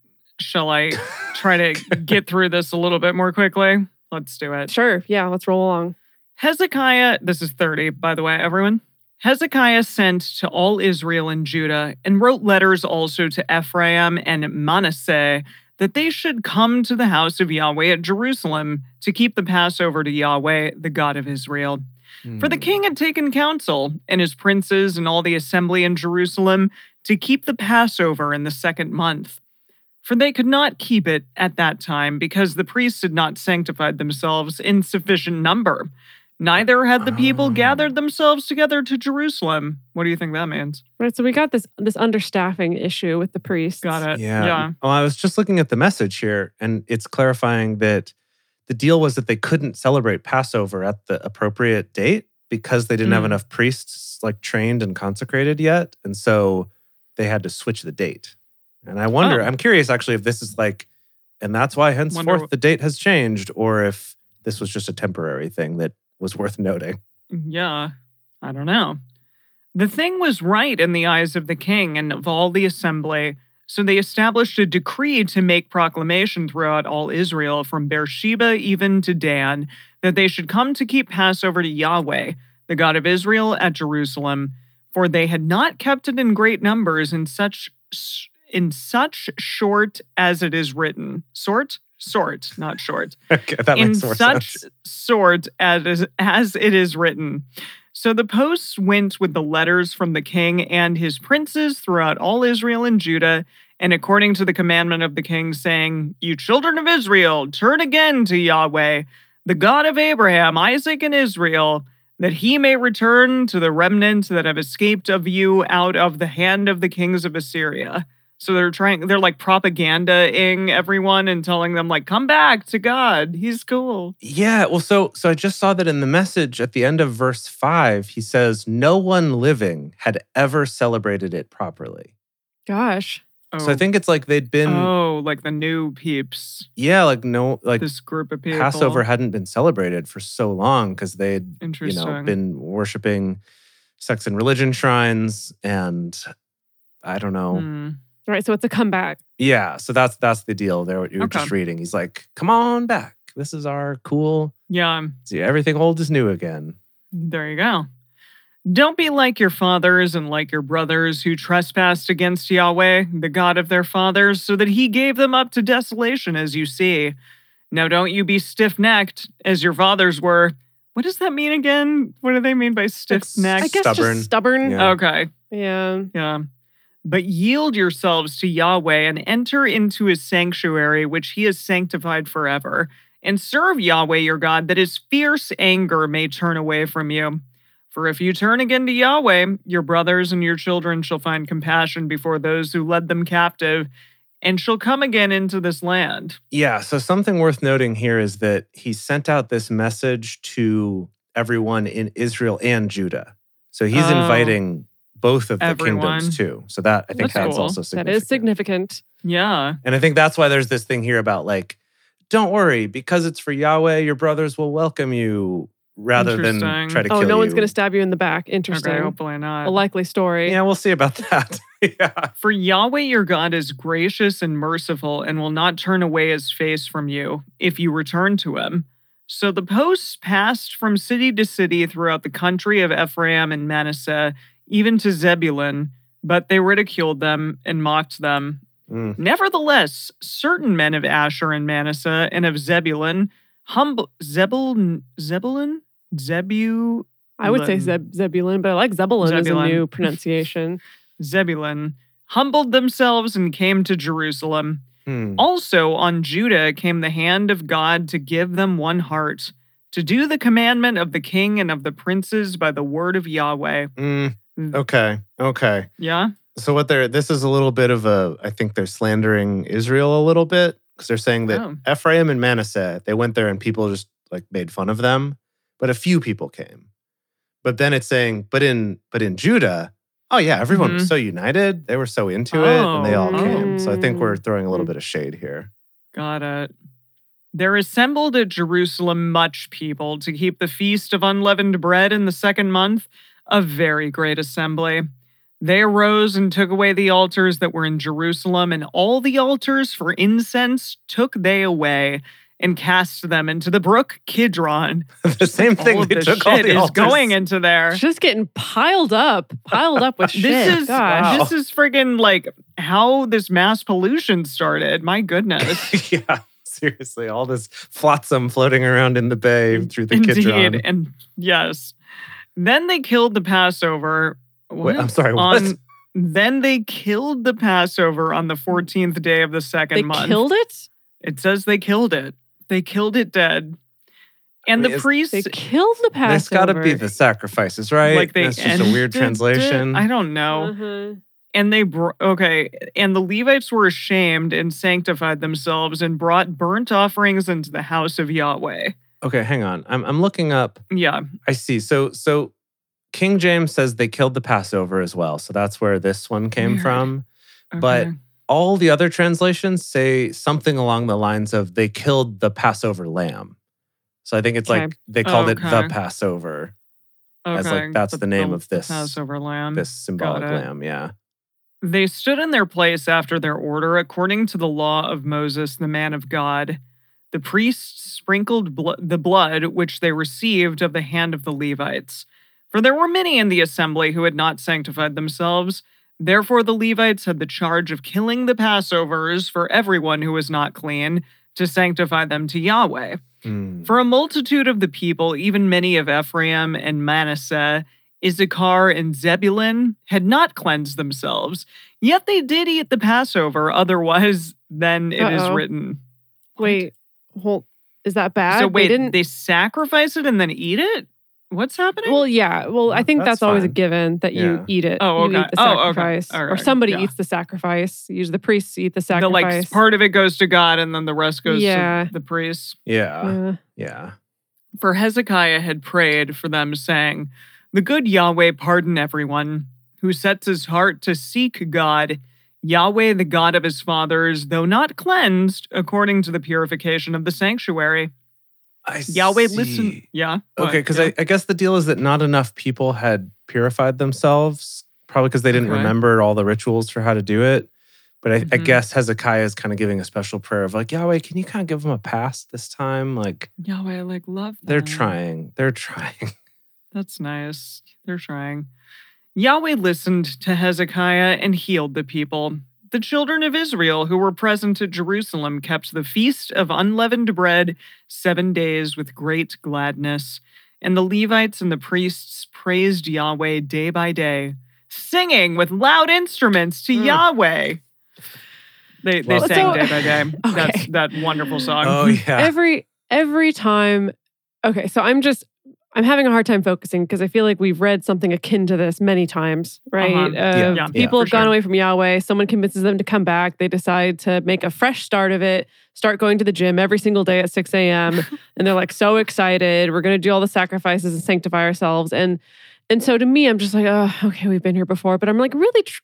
S2: shall I try to get through this a little bit more quickly? Let's do it.
S4: sure. Yeah. Let's roll along.
S2: Hezekiah, this is 30, by the way, everyone. Hezekiah sent to all Israel and Judah and wrote letters also to Ephraim and Manasseh that they should come to the house of Yahweh at Jerusalem to keep the Passover to Yahweh, the God of Israel. For
S3: Mm.
S2: the king had taken counsel, and his princes and all the assembly in Jerusalem, to keep the Passover in the second month. For they could not keep it at that time, because the priests had not sanctified themselves in sufficient number. Neither had the people
S3: Ah.
S2: gathered themselves together to Jerusalem. What do you think that means?
S4: All right. So we got this this understaffing issue with the priests.
S2: Got it.
S3: Yeah. Well, I was just looking at the message here, and it's clarifying that the deal was that they couldn't celebrate Passover at the appropriate date because they didn't have
S2: Mm.
S3: enough priests like trained and consecrated yet, and so they had to switch the date. And I wonder,
S2: Oh.
S3: I'm curious actually if this is like, and that's why henceforth
S2: Wonder wh-
S3: the date has changed, or if this was just a temporary thing that was worth noting.
S2: Yeah, I don't know. The thing was right in the eyes of the king and of all the assembly, so they established a decree to make proclamation throughout all Israel, from Beersheba even to Dan, that they should come to keep Passover to Yahweh, the God of Israel, at Jerusalem, for they had not kept it in great numbers in such s- in such short as it is written. Sort, sort, not short
S3: okay, that
S2: in
S3: makes more
S2: such
S3: sense.
S2: sort as is, as it is written. So the posts went with the letters from the king and his princes throughout all Israel and Judah, and according to the commandment of the king, saying, You children of Israel, turn again to Yahweh, the God of Abraham, Isaac, and Israel, that he may return to the remnant that have escaped of you out of the hand of the kings of Assyria. So they're trying, they're like propaganda-ing everyone and telling them, like, come back to God. He's cool.
S3: Yeah, well, so so I just saw that in the message at the end of verse five, he says, "No one living had ever celebrated it properly."
S4: Gosh.
S2: Oh,
S3: So I think it's like they'd been,
S2: oh, like the new peeps,
S3: yeah, like no, like
S2: this group of people.
S3: Passover hadn't been celebrated for so long because they'd you
S2: Interesting.
S3: know been worshiping sex and religion shrines, and I don't know,
S2: Hmm.
S4: All right. So it's a comeback.
S3: yeah. So that's that's the deal. There, what you were
S2: Okay.
S3: just reading. He's like, "Come on back. This is our cool.
S2: Yeah. um,
S3: See, everything old is new again."
S2: There you go. Don't be like your fathers and like your brothers who trespassed against Yahweh, the God of their fathers, so that he gave them up to desolation, as you see. Now, don't you be stiff necked, as your fathers were. What does that mean again? What do they mean by stiff
S4: I
S2: necked?
S4: guess
S3: Stubborn.
S4: just stubborn.
S3: Yeah.
S2: Okay.
S4: Yeah.
S2: Yeah. But yield yourselves to Yahweh and enter into his sanctuary, which he has sanctified forever, and serve Yahweh your God, that his fierce anger may turn away from you. For if you turn again to Yahweh, your brothers and your children shall find compassion before those who led them captive, and shall come again into this land.
S3: Yeah. So something worth noting here is that he sent out this message to everyone in Israel and Judah. So he's
S2: Oh.
S3: inviting both of the
S2: Everyone.
S3: kingdoms too. So that I think
S2: That's
S3: that's,
S2: cool.
S3: also
S4: That
S3: significant.
S4: is significant.
S2: Yeah.
S3: And I think that's why there's this thing here about like, don't worry, because it's for Yahweh, your brothers will welcome you rather than
S2: Interesting.
S3: try to
S4: Oh,
S3: kill
S4: no one's
S3: you.
S4: going to stab you in the back. Interesting.
S2: Okay, hopefully not.
S4: a likely story.
S3: Yeah, we'll see about that. yeah.
S2: For Yahweh your God is gracious and merciful and will not turn away his face from you if you return to him. So the posts passed from city to city throughout the country of Ephraim and Manasseh, even to Zebulun, but they ridiculed them and mocked them.
S3: Mm.
S2: Nevertheless, certain men of Asher and Manasseh and of Zebulun, humble Zebul Zebulun? Zebu
S4: I would say
S2: Lin.
S4: Zeb- Zebulun, but I like Zebulun,
S2: Zebulun.
S4: as a new pronunciation.
S2: Zebulun humbled themselves and came to Jerusalem.
S3: Hmm.
S2: Also on Judah came the hand of God to give them one heart, to do the commandment of the king and of the princes by the word of Yahweh.
S3: Mm. Okay. Okay.
S2: Yeah.
S3: So what they're this is a little bit of a I think they're slandering Israel a little bit because they're saying that
S2: Oh.
S3: Ephraim and Manasseh they went there and people just like made fun of them, but a few people came. But then it's saying, but in but in Judah, oh yeah, everyone
S2: Mm-hmm.
S3: was so united, they were so into it, and they all
S2: Oh.
S3: came. So I think we're
S4: Mm.
S3: throwing a little bit of shade here.
S2: Got it. There assembled at Jerusalem much people to keep the feast of unleavened bread in the second month, a very great assembly. They arose and took away the altars that were in Jerusalem, and all the altars for incense took they away and cast them into the brook Kidron.
S3: the same thing
S2: all of
S3: they
S2: this
S3: took
S2: shit
S3: all the
S2: is
S3: altars.
S2: going into there.
S4: Just getting piled up, piled up with shit.
S2: This is
S4: Gosh.
S2: this is friggin' like how this mass pollution started. My goodness.
S3: yeah, seriously, all this flotsam floating around in the bay through the Kidron.
S2: And yes. Then they killed the Passover.
S3: Wait, I'm
S2: What?
S3: sorry, what?
S2: On- then they killed the Passover on the 14th day of the second
S4: They
S2: month.
S4: killed it.
S2: it says they killed it. They killed it dead. And
S3: mean,
S2: the
S3: is-
S2: priests
S4: They killed the Passover.
S3: That's got to be the sacrifices, right?
S2: like they
S3: That's just a
S2: ended it?
S3: weird
S4: Mm.
S3: translation.
S2: I don't know.
S4: Uh-huh.
S2: And they br- okay, and the Levites were ashamed and sanctified themselves and brought burnt offerings into the house of Yahweh.
S3: okay, hang on. I'm I'm looking up.
S2: Yeah,
S3: I see. So so King James says they killed the Passover as well. So that's where this one came
S2: Weird.
S3: from. But-
S2: okay.
S3: All the other translations say something along the lines of they killed the Passover lamb. So I think it's
S4: Okay.
S3: like they called it the
S2: Okay.
S3: Passover, as like,
S2: Okay,
S3: that's the name of this-
S2: Passover lamb.
S3: this symbolic
S2: Um, it.
S3: lamb. Yeah.
S2: They stood in their place after their order, according to the law of Moses, the man of God. The priests sprinkled bl- the blood which they received of the hand of the Levites. For there were many in the assembly who had not sanctified themselves. Therefore, the Levites had the charge of killing the Passovers for everyone who was not clean to sanctify them to Yahweh.
S3: Hmm.
S2: For a multitude of the people, even many of Ephraim and Manasseh, Issachar and Zebulun, had not cleansed themselves, yet they did eat the Passover otherwise than it is
S4: Uh-oh.
S2: written.
S4: Wait, hold. Is that bad?
S2: so wait,
S4: they didn't.
S2: they sacrifice it and then eat it? What's happening?
S4: well, yeah. Well, I think
S3: That's
S4: that's, always a
S3: fine.
S4: given that
S3: Yeah.
S4: you eat it.
S2: Oh,
S4: You
S2: okay.
S4: eat the
S2: Oh, okay.
S4: sacrifice,
S2: All
S4: or
S2: right.
S4: somebody
S2: Yeah.
S4: eats the sacrifice. Usually, the priests eat the
S2: the
S4: sacrifice.
S2: like part of it goes to God and then the rest goes
S4: Yeah.
S2: to the priests.
S3: Yeah.
S4: Yeah.
S3: Yeah.
S2: For Hezekiah had prayed for them, saying, The good Yahweh pardon everyone who sets his heart to seek God, Yahweh, the God of his fathers, though not cleansed, according to the purification of the sanctuary.
S3: I
S2: Yahweh, listen.
S3: see.
S2: Yeah. what?
S3: Okay, because
S2: Yeah.
S3: I, I guess the deal is that not enough people had purified themselves, probably because they didn't
S2: Okay.
S3: remember all the rituals for how to do it. But I, I
S2: Mhm.
S3: guess Hezekiah is kind of giving a special prayer of like, Yahweh, can you kind of give them a pass this time? Like,
S2: Yahweh, like, love
S3: they're
S2: them.
S3: trying, they're trying.
S2: That's nice. They're trying. Yahweh listened to Hezekiah and healed the people. The children of Israel who were present at Jerusalem kept the feast of unleavened bread seven days with great gladness. And the Levites and the priests praised Yahweh day by day, singing with loud instruments to
S4: Mm.
S2: Yahweh. They, they
S3: Love
S2: sang day
S4: that.
S2: by day. That's
S4: Okay.
S2: that wonderful song.
S3: oh yeah,
S4: every every time okay so i'm just i'm having a hard time focusing because i feel like we've read something akin to this many times right
S2: Uh-huh.
S3: Yeah,
S4: Um,
S2: yeah,
S4: people
S2: for
S4: have gone
S2: sure.
S4: away from yahweh someone convinces them to come back they decide to make a fresh start of it start going to the gym every single day at 6 a.m and they're like so excited we're going to do all the sacrifices and sanctify ourselves and and so to me i'm just like oh okay we've been here before but i'm like really tr-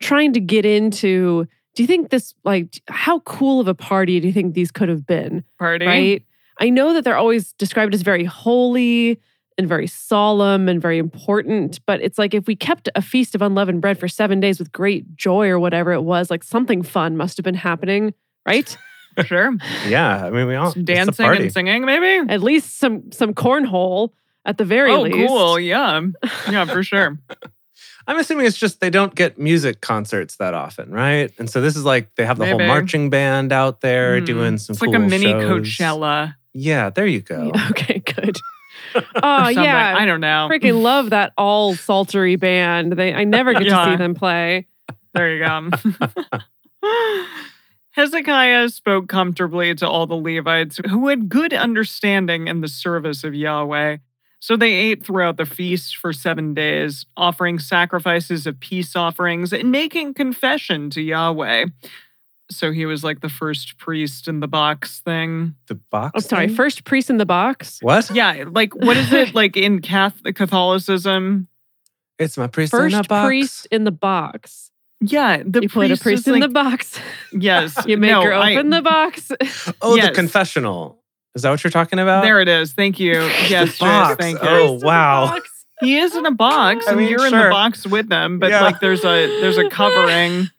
S4: trying to get into do you think this like how cool of a party do you think these could have been
S2: Party.
S4: right? I know that they're always described as very holy and very solemn and very important, but it's like if we kept a feast of unleavened bread for seven days with great joy or whatever it was, like something fun must have been happening, right?
S2: Sure.
S3: yeah. I mean, we all
S2: Some
S3: it's a
S2: dancing
S3: party.
S2: and singing, maybe?
S4: At least some some cornhole at the very
S2: oh,
S4: least.
S2: cool. Yeah. Yeah, for sure.
S3: I'm assuming it's just they don't get music concerts that often, right? And so this is like they have the whole
S2: Maybe.
S3: marching band out there
S2: Mm.
S3: doing some
S2: It's
S3: cool
S2: like a mini
S3: shows.
S2: Coachella.
S3: Yeah, there you go.
S4: Okay, good.
S2: or
S4: Oh
S2: something. I
S4: yeah.
S2: don't know.
S4: I freaking love that all psaltery band. They I never get to
S2: Yeah.
S4: see them play.
S2: There you go. Hezekiah spoke comfortably to all the Levites who had good understanding in the service of Yahweh. So they ate throughout the feast for seven days, offering sacrifices of peace offerings and making confession to Yahweh. So he was like the first priest in the box thing.
S3: The box.
S4: Oh, sorry.
S3: thing?
S4: First priest in the box.
S3: What?
S2: Yeah, like what is it like in Cath- Catholicism?
S3: It's my priest
S4: First
S3: in a box.
S4: priest in the box.
S2: Yeah, the
S4: you
S2: priest,
S4: put a
S2: is,
S4: priest in
S2: like-
S4: the box.
S2: yes.
S4: You make
S2: no,
S4: her
S2: I-
S4: open the box.
S3: Oh, the
S2: Yes.
S3: confessional. Is that what you're talking about?
S2: There it is. Thank you. Yes, Jace,
S3: box.
S2: thank you.
S3: Oh, wow.
S2: He is in a box,
S3: I
S2: and
S3: mean,
S2: you're in
S3: sure.
S2: the box with them. But
S3: Yeah.
S2: like, there's a there's a covering.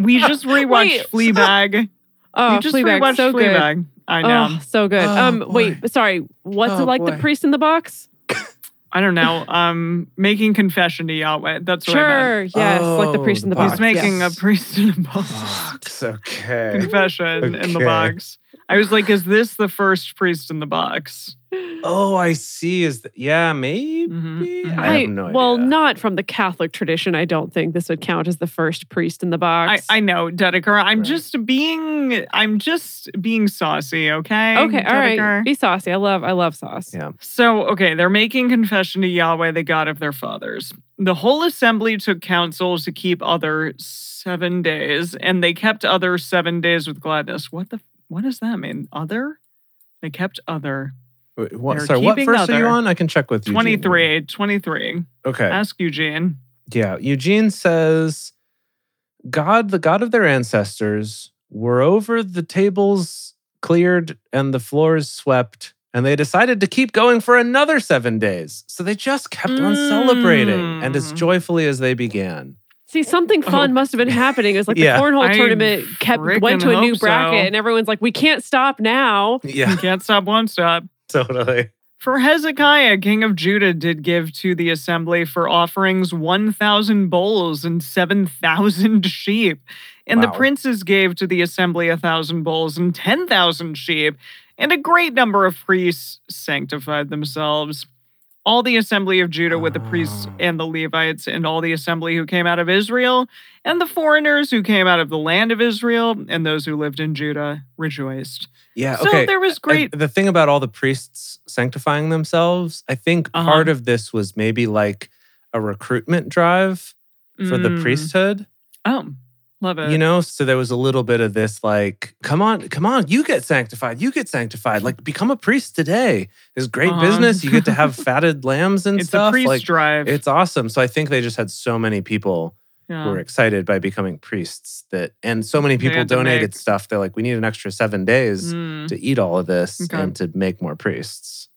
S2: We just rewatched
S4: Wait.
S2: Fleabag.
S4: Oh,
S2: we just
S4: Fleabag,
S2: rewatched
S4: so good.
S2: Fleabag. I know.
S4: Oh, so good.
S3: Oh,
S4: um,
S3: boy.
S4: wait, sorry. What's
S3: Oh,
S4: it like the
S3: boy.
S4: priest in the box?
S2: I don't know. Um, making confession to Yahweh. That's what I meant.
S4: sure. Yes, like the
S3: Oh,
S4: priest in
S3: the
S4: the
S2: He's
S4: box.
S3: box,
S2: making
S3: yes.
S2: a priest in a box.
S3: Box. Okay.
S2: confession in the
S3: Okay.
S2: box. I was like, is this the first priest in the box?
S3: Oh, I see. Is that, yeah, maybe.
S2: Mhm.
S3: I have no
S4: Well,
S3: idea.
S4: not from the Catholic tradition. I don't think this would count as the first priest in the
S2: I,
S4: box.
S2: I know, Dedeker. I'm
S3: Right.
S2: just being I'm just being saucy, okay?
S4: okay, all right.
S2: Dedeker?
S4: Be saucy. I love I love sauce.
S3: Yeah.
S2: So, okay, they're making confession to Yahweh, the God of their fathers. The whole assembly took counsel to keep other seven days, and they kept other seven days with gladness. What the? What does that mean? Other? They kept other.
S3: Wait, what,
S2: They're
S3: sorry, what
S2: keeping
S3: verse are you
S2: other.
S3: on? I can check with you.
S2: 23, 23.
S3: Okay.
S2: Ask Eugene.
S3: Yeah, Eugene says, God, the God of their ancestors, were over the tables cleared and the floors swept, and they decided to keep going for another seven days. So they just kept on celebrating and as
S2: Mm.
S3: joyfully as they began.
S4: See, something fun
S2: Oh.
S4: must have been happening. It was like
S3: Yeah.
S4: the cornhole
S2: I
S4: tournament kept went to
S2: frickin'
S4: a new
S2: hope
S4: bracket,
S2: so.
S4: and everyone's like, "We can't stop now."
S3: Yeah,
S2: Can't stop, won't stop.
S3: totally.
S2: For Hezekiah, king of Judah, did give to the assembly for offerings 1,000 bowls and 7,000 sheep. And
S3: Wow.
S2: the princes gave to the assembly 1,000 bowls and 10,000 sheep. And a great number of priests sanctified themselves. All the assembly of Judah with the priests
S3: Ah.
S2: and the Levites, and all the assembly who came out of Israel, and the foreigners who came out of the land of Israel, and those who lived in Judah rejoiced.
S3: Yeah,
S2: So
S3: okay.
S2: there was
S3: And
S2: great.
S3: the thing about all the priests sanctifying themselves, I think
S2: Uh-huh.
S3: part of this was maybe like a recruitment drive for the
S2: Mm.
S3: priesthood.
S2: Oh, love it.
S3: you know so there was a little bit of this like come on come on you get sanctified you get sanctified like become a priest today it's great
S2: Uh-huh.
S3: business you get to have fatted lambs and
S2: it's a
S3: stuff
S2: priest
S3: like
S2: drive.
S3: it's awesome so i think they just had so many people
S2: yeah.
S3: who were excited by becoming priests that and so many
S2: Uh-huh. They
S3: people
S2: had to
S3: donated
S2: make-
S3: stuff they're like we need an extra seven days
S2: Mm.
S3: to eat all of this
S2: Okay.
S3: and to make more priests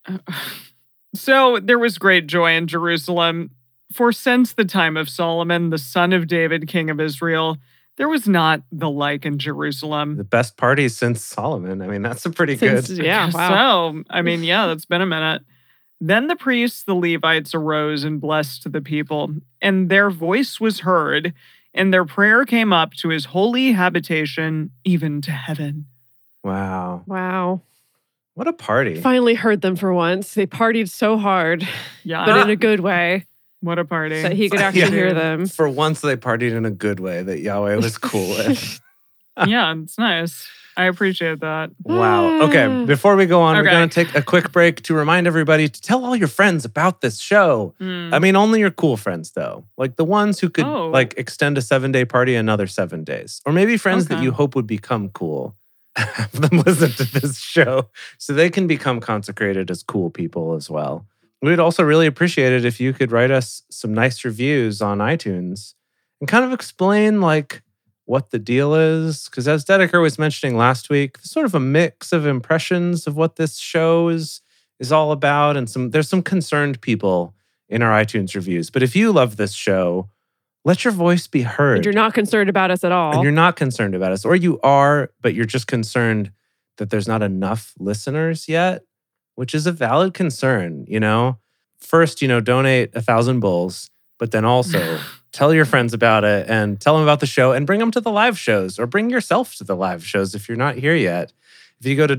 S2: So there was great joy in Jerusalem. For since the time of Solomon, the son of David, king of Israel, there was not the like in Jerusalem.
S3: the best party since solomon i mean that's a pretty
S4: Since-
S3: good
S4: yeah, wow.
S2: So, I mean, yeah, that's been a minute. Then the priests, the Levites, arose and blessed the people, and their voice was heard, and their prayer came up to his holy habitation, even to heaven.
S3: wow
S4: Wow.
S3: what a party
S4: Finally heard them for once. They partied so hard,
S2: Yeah.
S4: but in a good way
S2: what a party.
S4: that he could actually
S3: Yeah.
S4: hear them.
S3: for once they partied in a good way that yahweh was cool with
S2: yeah, it's nice. I appreciate that.
S3: Wow. Okay.
S4: Ah.
S3: Before we go on, we're
S2: Okay.
S3: going to take a quick break to remind everybody to tell all your friends about this show.
S2: Mm.
S3: I mean, only your cool friends, though. Like the ones who could
S2: Oh.
S3: like extend a seven day party another seven days, or maybe friends that
S2: Okay.
S3: you hope would become cool. Have them listen to this show so they can become consecrated as cool people as well. We'd also really appreciate it if you could write us some nice reviews on iTunes and kind of explain like what the deal is. Because as Dedeker was mentioning last week, sort of a mix of impressions of what this show is is all about, and some there's some concerned people in our iTunes reviews. But if you love this show, let your voice be heard.
S4: And you're not concerned about us at
S3: and
S4: all.
S3: you're not concerned about us, or you are, but you're just concerned that there's not enough listeners yet, which is a valid concern. You know, first, you know, donate a thousand bulls, but then also tell your friends about it and tell them about the show and bring them to the live shows or bring yourself to the live shows if you're not here yet. If you go to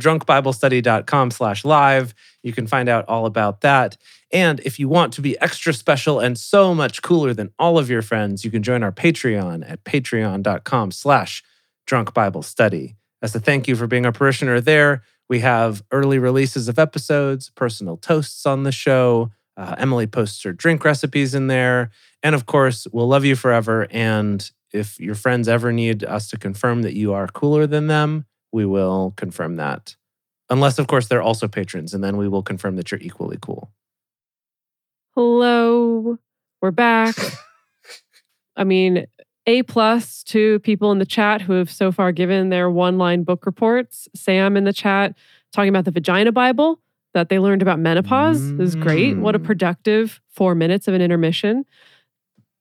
S3: drunkbiblestudy.com slash live, you can find out all about that. And if you want to be extra special and so much cooler than all of your friends, you can join our Patreon at patreon.com slash drunk Bible study. As a thank you for being a parishioner there, We have early releases of episodes, personal toasts on the show. Uh, Emily posts her drink recipes in there. And of course, we'll love you forever. And if your friends ever need us to confirm that you are cooler than them, we will confirm that. Unless, of course, they're also patrons, and then we will confirm that you're equally cool.
S4: Hello, we're back. I mean, a plus to people in the chat who have so far given their one-line book reports. Sam in the chat talking about the Vagina Bible that they learned about menopause is great. What a
S3: Mm.
S4: productive four minutes of an intermission.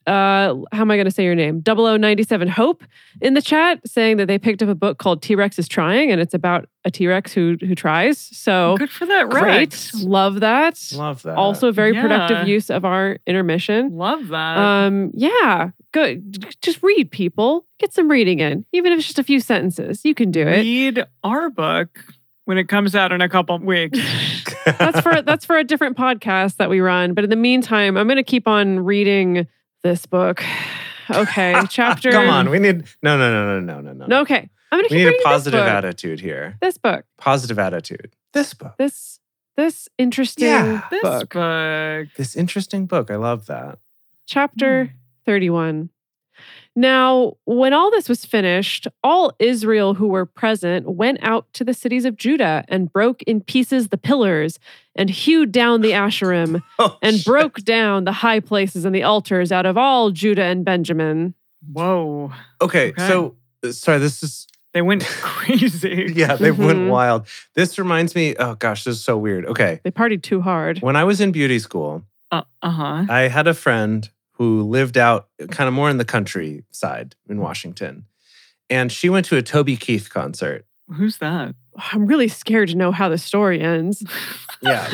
S4: Uh, how am I going to say your name? 0097 Hope in the chat saying that they picked up a book called T Rex is Trying, and it's about a T Rex who who tries. So
S2: Good for that,
S4: great,
S2: Rex.
S4: love that.
S3: Love that.
S4: also, very
S2: Yeah.
S4: productive use of our intermission.
S2: Love that.
S4: Um, yeah, good. Just read, people. Get some reading in, even if it's just a few sentences. You can do it.
S2: Read our book when it comes out in a couple weeks.
S4: That's for that's for a different podcast that we run. But in the meantime, I'm going to keep on reading this book. Okay, chapter.
S3: Come on, we need no, no, no, no, no, no, no.
S4: No, okay, I'm going to
S3: we
S4: keep
S3: need
S4: reading
S3: a positive
S4: this book.
S3: attitude here.
S4: This book.
S3: Positive attitude. This book.
S4: This this interesting
S3: Yeah.
S2: this
S4: book.
S2: book.
S3: This interesting book. I love that.
S4: Chapter
S2: Hmm.
S4: 31. Now, when all this was finished, all Israel who were present went out to the cities of Judah and broke in pieces the pillars and hewed down the Asherim
S3: Oh,
S4: and broke down the high places and the altars out of all Judah and Benjamin.
S2: Whoa.
S3: okay,
S2: Okay.
S3: so uh, sorry, this is
S2: They went crazy.
S3: yeah, they went
S2: Mm-hmm.
S4: Mhm.
S3: wild. This reminds me, oh gosh, this is so weird. Okay.
S4: They partied too hard.
S3: When I was in beauty school,
S2: Uh huh.
S3: I had a friend who lived out uh, kind of more in the countryside in Washington. And she went to a Toby Keith concert.
S2: Who's that?
S4: I'm really scared to know how the story ends.
S3: Yeah.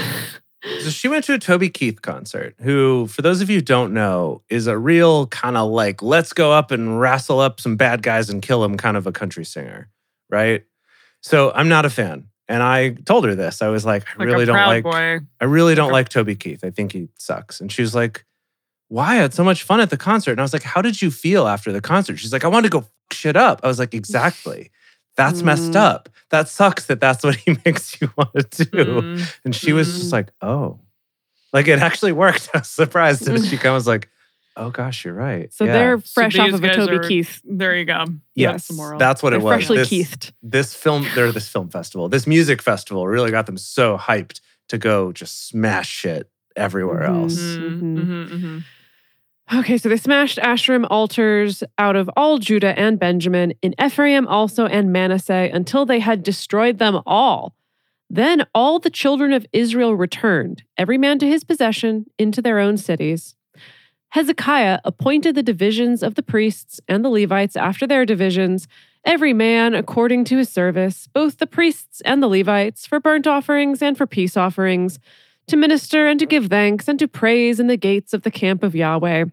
S3: So she went to a Toby Keith concert, who, for those of you who don't know, is a real kind of like, let's go up and wrestle up some bad guys and kill them kind of a country singer, right? So I'm not a fan. And I told her this. I was like, I
S2: Like
S3: really
S2: a
S3: don't
S2: proud
S3: like
S2: boy.
S3: I really don't
S2: Okay.
S3: like Toby Keith. I think he sucks. And she was like, Why? I had so much fun at the concert. And I was like, How did you feel after the concert? She's like, I wanted to go f- shit up. I was like, Exactly. That's messed
S4: Mm.
S3: up. That sucks that that's what he makes you want to do.
S2: Mm.
S3: And she was just like, Oh, like it actually worked. I was surprised. And she kind of was like, Oh gosh, you're right.
S4: So
S3: Yeah.
S4: they're
S2: So
S4: fresh off
S2: these
S4: of a
S2: guys
S4: Toby
S2: are-
S4: Keith.
S2: There you go.
S3: Yeah,
S2: That's the moral.
S3: that's what
S4: They're
S3: it was.
S4: freshly
S3: This-
S4: Keithed.
S3: this film or this film festival, this music festival really got them so hyped to go just smash shit everywhere
S4: Mhm.
S3: else.
S2: Mhm,
S4: Mhm.
S2: mhm, mhm.
S4: Okay, so they smashed Ashram altars out of all Judah and Benjamin, in Ephraim also and Manasseh, until they had destroyed them all. Then all the children of Israel returned, every man to his possession, into their own cities. Hezekiah appointed the divisions of the priests and the Levites after their divisions, every man according to his service, both the priests and the Levites, for burnt offerings and for peace offerings, to minister and to give thanks and to praise in the gates of the camp of Yahweh.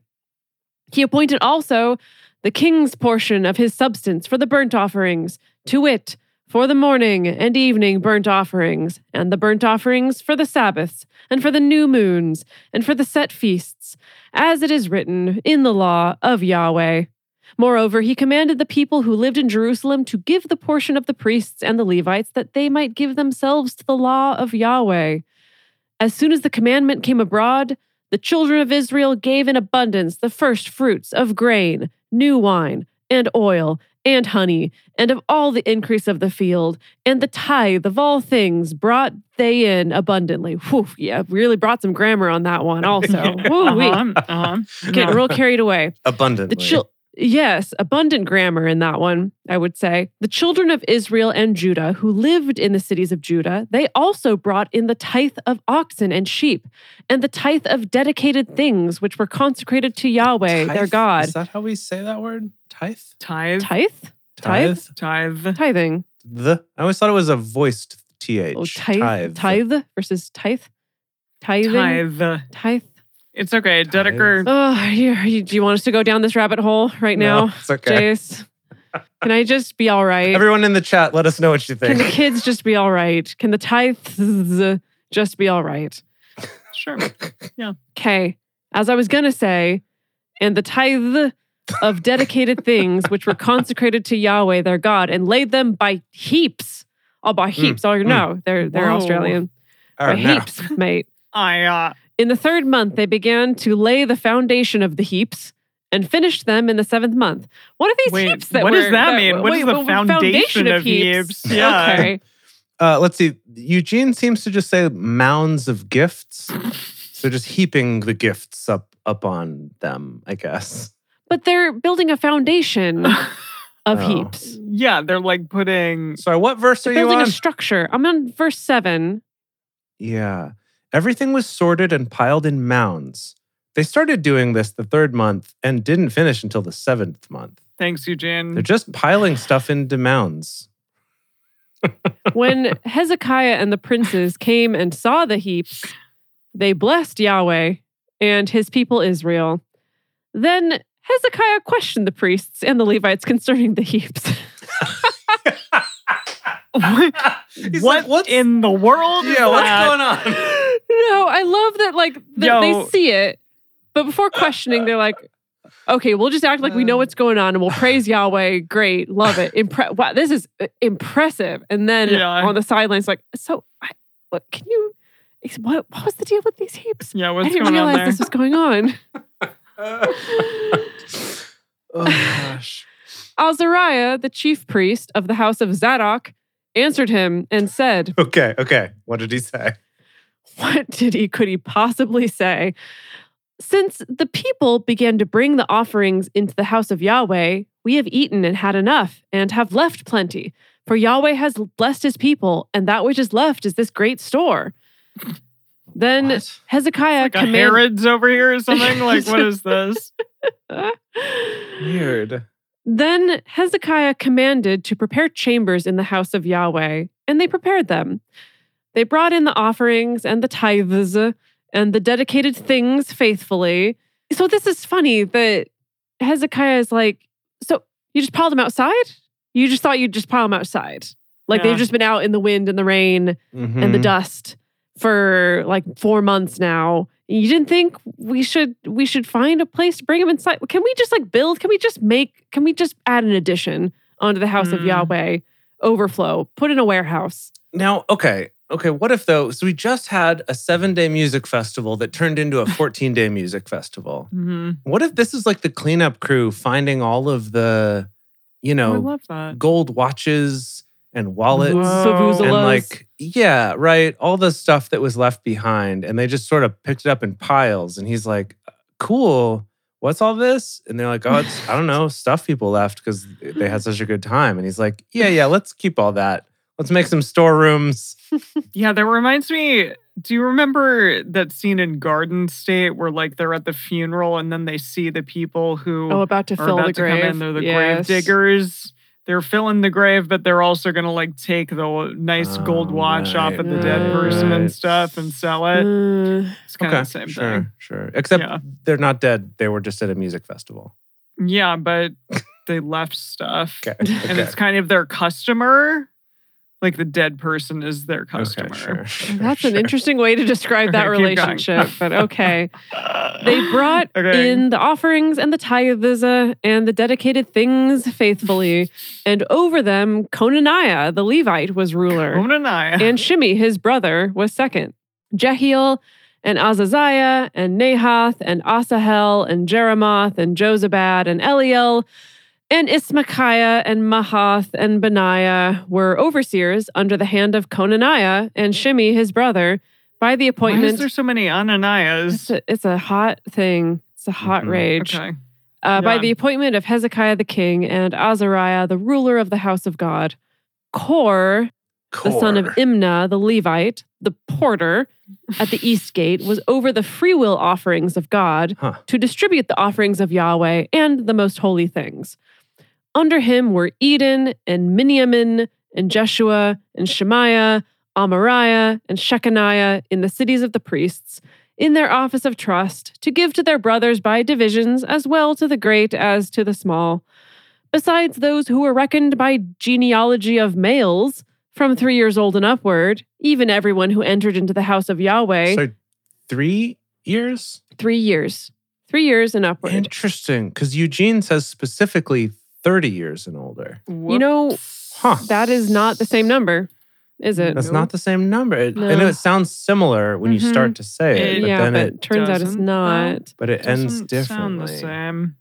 S4: He appointed also the king's portion of his substance for the burnt offerings, to wit, for the morning and evening burnt offerings, and the burnt offerings for the Sabbaths, and for the new moons, and for the set feasts, as it is written in the law of Yahweh. Moreover, he commanded the people who lived in Jerusalem to give the portion of the priests and the Levites that they might give themselves to the law of Yahweh. As soon as the commandment came abroad, the children of Israel gave in abundance the first fruits of grain, new wine, and oil, and honey, and of all the increase of the field, and the tithe of all things brought they in abundantly. Whew, yeah, really brought some grammar on that one also. Woo, wee.
S2: Uh-huh, uh-huh.
S4: Getting real carried away.
S3: Abundantly.
S4: The chil- yes, abundant grammar in that one, I would say. The children of Israel and Judah who lived in the cities of Judah, they also brought in the tithe of oxen and sheep, and the tithe of dedicated things which were consecrated to Yahweh, their
S3: Tithe?
S4: God.
S3: Is that how we say that word? Tithe?
S2: Tithe.
S4: tithe? Tithe?
S2: Tithe.
S4: Tithing.
S3: The I always thought it was a voiced th.
S4: Oh, tithe. Tithe, versus tithe. Tithing. Tithe.
S2: Tithe. It's okay.
S3: Tithe.
S2: Dedeker.
S4: Oh, you, you- do you want us to go down this rabbit hole right
S3: No,
S4: now,
S3: it's okay.
S4: Jace? Can I just be all right?
S3: Everyone in the chat, let us know what you
S4: Can the
S3: think.
S4: kids just be all right? Can the tithes just be all right?
S2: Sure.
S4: Okay. As I was going to say, and the tithe of dedicated things which were consecrated to Yahweh their God and laid them by heaps I'll buy heaps. Oh, no, they're they're
S2: Whoa.
S4: Australian.
S3: Oh,
S4: buy
S3: no.
S4: heaps, mate.
S2: I uh,
S4: In the third month, they began to lay the foundation of the heaps and finished them in the seventh month. What are these
S2: Wait,
S4: heaps that
S2: what
S4: were,
S2: does that mean? What
S4: wait,
S2: is the
S4: were
S2: foundation of heaps? Yeah.
S4: Okay.
S3: Uh, let's see. Eugene seems to just say mounds of gifts. so just heaping the gifts up up on them, I guess.
S4: But they're building a foundation of
S3: Oh.
S4: heaps.
S2: yeah, they're like putting
S3: Sorry, what verse are
S4: They're
S3: you
S4: building
S3: on?
S4: a structure. I'm on verse seven.
S3: Yeah. Everything was sorted and piled in mounds. They started doing this the third month and didn't finish until the seventh month.
S2: thanks, Eugene.
S3: They're just piling stuff into mounds.
S4: When Hezekiah and the princes came and saw the heaps, they blessed Yahweh and his people Israel. Then Hezekiah questioned the priests and the Levites concerning the heaps.
S2: what
S3: He's
S2: what
S3: like, "What's-
S2: in the world? is that?"
S3: on?
S4: no, I love that like th-
S2: Yo.
S4: they see it, but before questioning, they're like, okay, we'll just act like
S2: Uh.
S4: we know what's going on and we'll praise Yahweh. Great. Love it. Impre- wow, this is uh, impressive. And then
S2: Yeah.
S4: on the sidelines, like, so I, what can you, ex- what, what was the deal with these heaps?
S2: Yeah, what's
S4: I didn't
S2: going on
S4: realize
S2: there?
S4: this was going on.
S3: oh gosh.
S4: Azariah, the chief priest of the house of Zadok, answered him and said,
S3: Okay, okay. What did he say?
S4: What did he could he possibly say? Since the people began to bring the offerings into the house of Yahweh, we have eaten and had enough and have left plenty. For Yahweh has blessed his people, and that which is left is this great store. Then
S3: What?
S4: Hezekiah
S2: like a
S4: commanded.
S2: Herod's over here or something? Like, what is this?
S3: Weird.
S4: Then Hezekiah commanded to prepare chambers in the house of Yahweh, and they prepared them. They brought in the offerings and the tithes and the dedicated things faithfully. So this is funny that Hezekiah is like, so you just piled them outside? You just thought you'd just pile them outside. Like
S2: Yeah.
S4: they've just been out in the wind and the rain and the
S2: Hmm.
S3: Mhm.
S4: dust for like four months now. You didn't think we should we should find a place to bring them inside? Can we just like build? Can we just make? Can we just add an addition onto the house of
S2: Hmm.
S4: Yahweh? Overflow. Put in a warehouse.
S3: Now, okay, okay. What if though? So we just had a seven-day music festival that turned into a fourteen-day music festival.
S2: Mhm.
S3: What if this is like the cleanup crew finding all of the, you
S2: I
S3: know,
S2: love that.
S3: gold watches and wallets
S2: Whoa.
S3: and
S4: Savuzalos.
S3: like yeah, right, all the stuff that was left behind, and they just sort of picked it up in piles. And he's like, "Uh, "Cool, what's all this?" And they're like, "Oh, it's I don't know, stuff people left because they had such a good time." And he's like, "Yeah, yeah, let's keep all that. Let's make some storerooms."
S2: Yeah, that reminds me. Do you remember that scene in Garden State where like they're at the funeral and then they see the people who
S4: oh, about to
S2: are
S4: fill
S2: about
S4: the
S2: to come
S4: grave.
S2: in? They're the
S4: Yes.
S2: grave diggers. They're filling the grave, but they're also gonna like take the nice gold
S3: Oh,
S2: watch off
S3: right,
S2: of the dead person
S3: right.
S2: and stuff and sell it.
S4: Mm,
S2: It's kind of the same
S3: sure,
S2: thing.
S3: sure. Except
S2: Yeah.
S3: they're not dead. They were just at a music festival.
S2: Yeah, but they left stuff.
S3: Okay,
S2: And
S3: okay.
S2: it's kind of their customer. Like the dead person is their customer.
S3: Okay, sure, sure,
S4: that's an
S3: sure.
S4: interesting way to describe that
S2: Keep going.
S4: relationship. But okay. They brought
S2: Okay.
S4: in the offerings and the tithes uh, and the dedicated things faithfully, and over them Conaniah the Levite was
S2: Oh,
S4: ruler,
S2: Onaniah.
S4: and Shimei his brother was second. Jehiel and Azaziah and Nahath and Asahel and Jeremoth and Josabad and Eliel and Ismachiah and Mahath and Benaiah were overseers under the hand of Conaniah and Shimei his brother by the
S2: Why
S4: appointment
S2: is there so many
S4: it's
S2: Ananias?
S4: a, it's a hot thing. It's a hot
S3: Mhm.
S4: rage.
S2: Okay.
S4: Uh, By
S2: Yeah.
S4: the appointment of Hezekiah the king and Azariah, the ruler of the house of God, Kor, the son of
S3: Core.
S4: Imnah, the Levite, the porter at the east gate, was over the freewill offerings of God
S3: Huh.
S4: to distribute the offerings of Yahweh and the most holy things. Under him were Eden and Miniamin and Jeshua and Shemaiah, Amariah and Shechaniah in the cities of the priests, in their office of trust, to give to their brothers by divisions, as well to the great as to the small. Besides those who were reckoned by genealogy of males, from three years old and upward, even everyone who entered into the house of Yahweh,
S3: So three years.
S4: three years, three years and upward.
S3: Interesting, because Eugene says specifically 30 years and older.
S4: you know,
S2: Whoops.
S3: Huh.
S4: that is not the same number. is it?
S3: That's not the same number. It, I know
S4: No.
S3: it sounds similar when you
S4: Mhm.
S3: start to say it,
S2: It-
S3: but
S4: yeah,
S3: then
S4: but
S3: it
S4: turns out it's
S2: doesn't, though.
S4: not.
S3: but it ends
S2: Doesn't Sound
S3: differently.
S2: the same.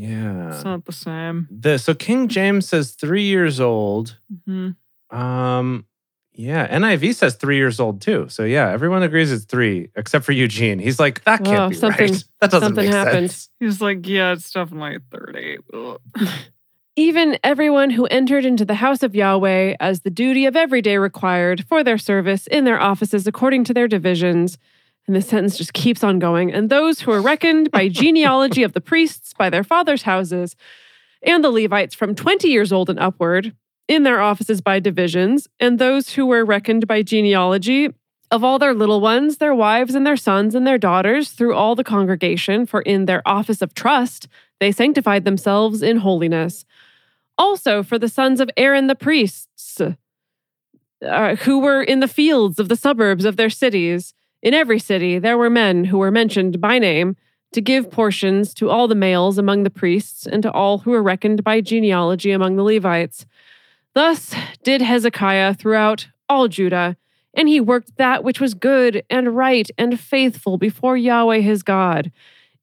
S3: Yeah.
S2: It's not the same.
S3: the so King James says three years old.
S2: Mhm.
S3: Um, yeah, NIV says three years old too. So yeah, everyone agrees it's three, except for Eugene. He's like, that can't
S4: Wow,
S3: be
S4: something-
S3: right. That doesn't
S4: something
S3: make
S4: happened.
S3: sense.
S2: He's like, yeah, it's definitely 30. Ugh.
S4: Even everyone who entered into the house of Yahweh, as the duty of every day required for their service in their offices according to their divisions. And this sentence just keeps on going. And those who are reckoned by genealogy of the priests, by their fathers' houses, and the Levites from 20 years old and upward, in their offices by divisions, and those who were reckoned by genealogy of all their little ones, their wives, and their sons, and their daughters, through all the congregation, for in their office of trust they sanctified themselves in holiness. Also, for the sons of Aaron the priests, uh, who were in the fields of the suburbs of their cities, in every city there were men who were mentioned by name to give portions to all the males among the priests and to all who were reckoned by genealogy among the Levites. Thus did Hezekiah throughout all Judah, and he worked that which was good and right and faithful before Yahweh his God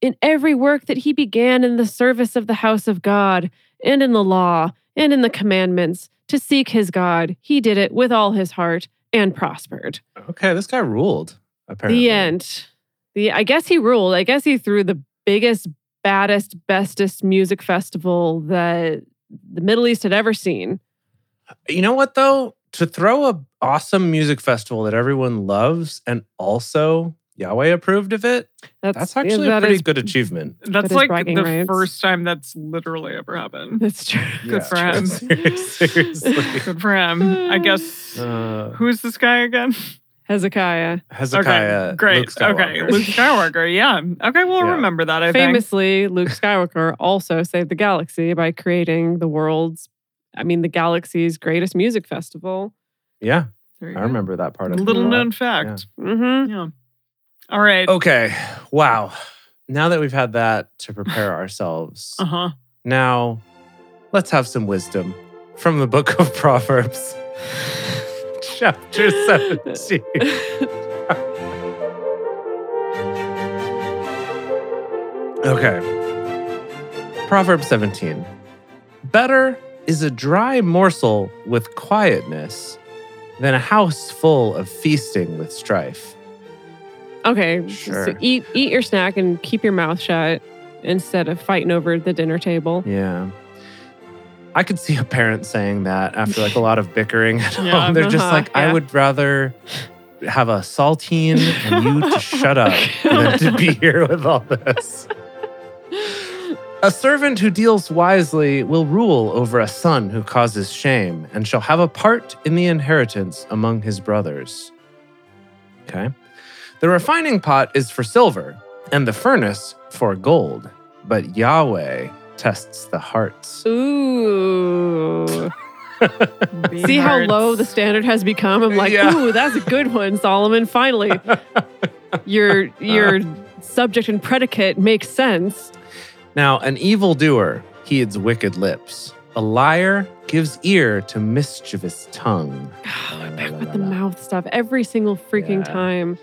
S4: in every work that he began in the service of the house of God, and in the law, and in the commandments, to seek his God. He did it with all his heart and prospered.
S3: Okay, this guy ruled, apparently.
S4: The end. The I guess he ruled. I guess he threw the biggest, baddest, bestest music festival that the Middle East had ever seen.
S3: You know what though? To throw a awesome music festival that everyone loves and also Yahweh approved of it,
S4: That's,
S3: that's actually
S4: that
S3: a pretty
S4: is-
S3: good achievement.
S2: That's
S4: is
S2: like
S4: bragging
S2: the
S4: rights.
S2: first time that's literally ever happened.
S4: That's true.
S2: Good for him.
S3: Seriously.
S2: Good for him. I guess.
S3: Uh,
S2: Who's this guy again?
S4: Hezekiah.
S3: Hezekiah.
S2: okay, great.
S3: Luke
S2: okay,
S3: Skywalker.
S2: Luke Skywalker. Yeah. Okay, we'll
S3: Yeah.
S2: remember that. I think.
S4: Famously, Luke Skywalker also saved the galaxy by creating the world's, I mean, the galaxy's greatest music festival.
S3: Yeah,
S2: There you
S3: I
S2: go.
S3: remember that part of it.
S2: Little known fact.
S4: Mm-hmm.
S2: Yeah. All right.
S4: Oh.
S3: Okay. Wow. Now that we've had that to prepare ourselves,
S2: Uh huh.
S3: now let's have some wisdom from the book of Proverbs, chapter 17. Okay. Proverb 17. Better is a dry morsel with quietness than a house full of feasting with strife.
S4: Okay. So
S3: Sure.
S4: eat eat your snack and keep your mouth shut instead of fighting over the dinner table.
S3: Yeah. I could see a parent saying that after like a lot of bickering at
S2: Yeah,
S3: home. They're just
S4: uh-huh,
S3: like, I
S4: yeah.
S3: would rather have a saltine and you to shut up than to be here with all this. A servant who deals wisely will rule over a son who causes shame and shall have a part in the inheritance among his brothers. Okay. The refining pot is for silver and the furnace for gold, but Yahweh tests the hearts.
S4: Ooh. See how low the standard has become? I'm like,
S3: Yeah.
S4: ooh, that's a good one, Solomon. Finally.
S3: Uh.
S4: your your subject and predicate makes sense.
S3: Now, an evildoer heeds wicked lips. A liar gives ear to mischievous tongue.
S4: God, back with the mouth stuff every single freaking
S3: Yeah.
S4: time.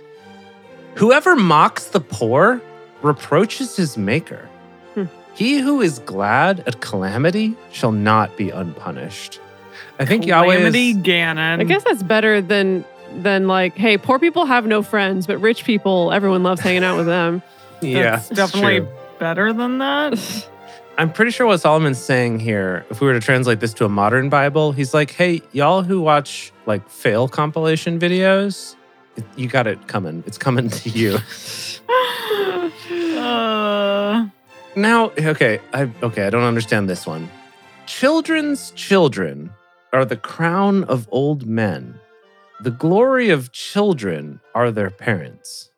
S3: Whoever mocks the poor reproaches his maker.
S4: Hmm.
S3: He who is glad at calamity shall not be unpunished. I think
S2: Calamity
S3: Yahweh is,
S2: Ganon.
S4: I guess that's better than than like, hey, poor people have no friends, but rich people, everyone loves hanging out with them.
S3: yeah,
S2: That's
S3: it's
S2: definitely
S3: true.
S2: better than that.
S3: I'm pretty sure what Solomon's saying here, if we were to translate this to a modern Bible, he's like, hey, y'all who watch like fail compilation videos, it- you got it coming. It's coming to you.
S2: Uh,
S3: Now, okay, I okay, I don't understand this one. Children's children are the crown of old men. The glory of children are their parents.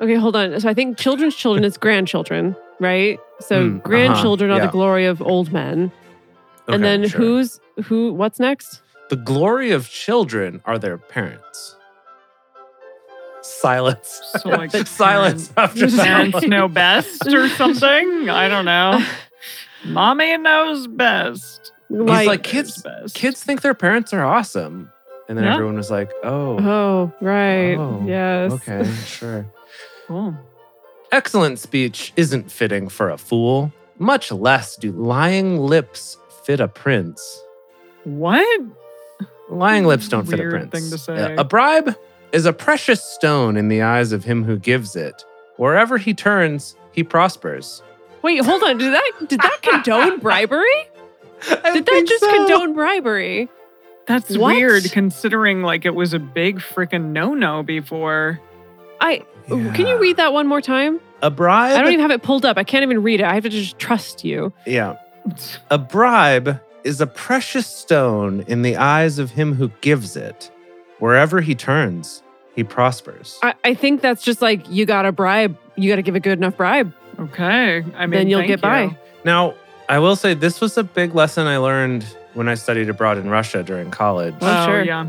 S4: Okay, hold on. So I think children's children is grandchildren, right? So
S3: Mm, uh-huh,
S4: grandchildren are
S3: yeah.
S4: the glory of old men.
S3: Okay,
S4: and then
S3: sure.
S4: who's who what's next?
S3: the glory of children are their parents? Silence.
S2: so like
S3: Silence after
S2: Parents,
S3: that.
S2: parents know best or something. I don't know. Mommy knows best.
S3: He's
S4: Like,
S3: like kids.
S2: Knows best.
S3: Kids think their parents are awesome, And then
S2: No.
S3: everyone was like, oh,
S4: Oh, right.
S3: Oh,
S4: yes.
S3: okay, sure.
S2: Cool.
S3: Excellent speech isn't fitting for a fool, much less do lying lips fit a prince.
S2: What?
S3: Lying
S4: Hmm,
S3: lips don't fit a
S2: Weird
S3: prince.
S2: thing to
S3: A-
S2: say.
S3: A bribe is a precious stone in the eyes of him who gives it. Wherever he turns, he prospers.
S4: Wait, hold on. Did that did that condone bribery? Did that just condone bribery?
S2: That's
S4: What?
S2: weird considering like it was a big freaking no-no before.
S4: I can you read that one more time?
S3: a bribe?
S4: I don't even have it pulled up. I can't even read it. I have to just trust you.
S3: yeah. A bribe is a precious stone in the eyes of him who gives it. Wherever he turns, he prospers.
S4: I, I think that's just like you got to bribe. You got to give a good enough bribe.
S2: Okay. I mean,
S4: Then you'll
S2: thank
S4: get
S2: you.
S4: by.
S3: now, I will say this was a big lesson I learned when I studied abroad in Russia during college,
S4: Well- Oh,
S2: Oh,
S4: sure.
S2: yeah.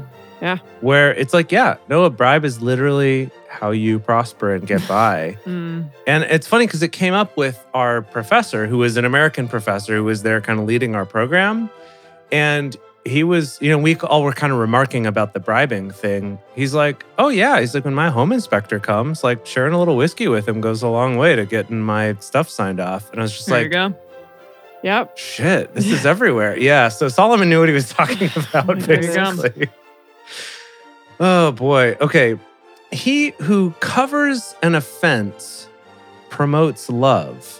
S3: where it's like, yeah, no, a bribe is literally how you prosper and get by.
S2: Mm.
S3: And it's funny because it came up with our professor, who is an American professor who was there kind of leading our program. And he was, you know, we all were kind of remarking about the bribing thing. He's like, oh, yeah. He's like, when my home inspector comes, like, sharing a little whiskey with him goes a long way to getting my stuff signed off. And I was just
S2: There you
S3: like,
S2: go.
S4: Yep.
S3: shit, this is everywhere. Yeah. So Solomon knew what he was talking about,
S2: There you go.
S3: basically. Oh boy. Okay. He who covers an offense promotes love,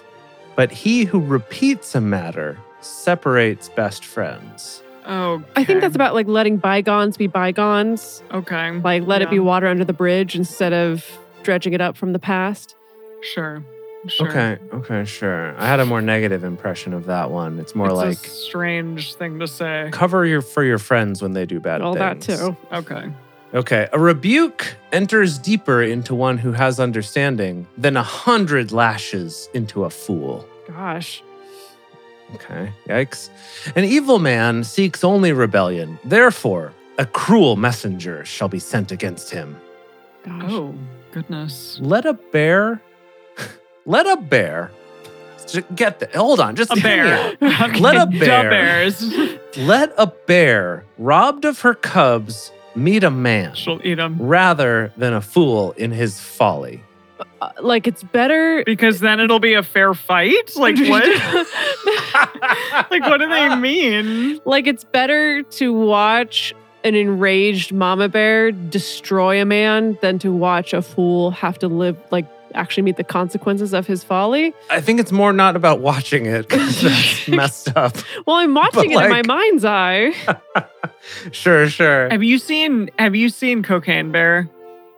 S3: but he who repeats a matter separates best friends.
S2: Oh,
S4: I think that's about like letting bygones be bygones.
S2: okay.
S4: Like let it be
S2: Yeah.
S4: water under the bridge instead of dredging it up from the past.
S2: Sure. Sure.
S3: Okay. Okay. Sure. I had a more negative impression of that one. It's more
S2: it's
S3: like
S2: a strange thing to say.
S3: cover your for your friends when they do bad
S4: All that
S3: things.
S4: too.
S2: Okay.
S3: Okay, a rebuke enters deeper into one who has understanding than a hundred lashes into a fool.
S4: Gosh.
S3: Okay, yikes. An evil man seeks only rebellion. Therefore, a cruel messenger shall be sent against him.
S4: Gosh.
S2: Oh, goodness.
S3: Let a bear, let a bear, J- get the, hold on, just
S2: A
S3: hear me out.
S2: bear. Okay,
S3: Let a
S2: da
S3: bear.
S2: bears.
S3: Let a bear robbed of her cubs meet a man
S2: She'll eat them.
S3: rather than a fool in his folly.
S4: Uh, like it's better.
S2: Because then it'll be a fair fight? Like, what? like, what do they mean?
S4: like it's better to watch an enraged mama bear destroy a man than to watch a fool have to live like actually meet the consequences of his folly.
S3: I think it's more not about watching it 'cause that's messed up.
S4: Well, I'm watching
S3: But,
S4: it in my
S3: like-
S4: mind's eye.
S3: Sure, sure.
S2: Have you seen Have you seen Cocaine Bear?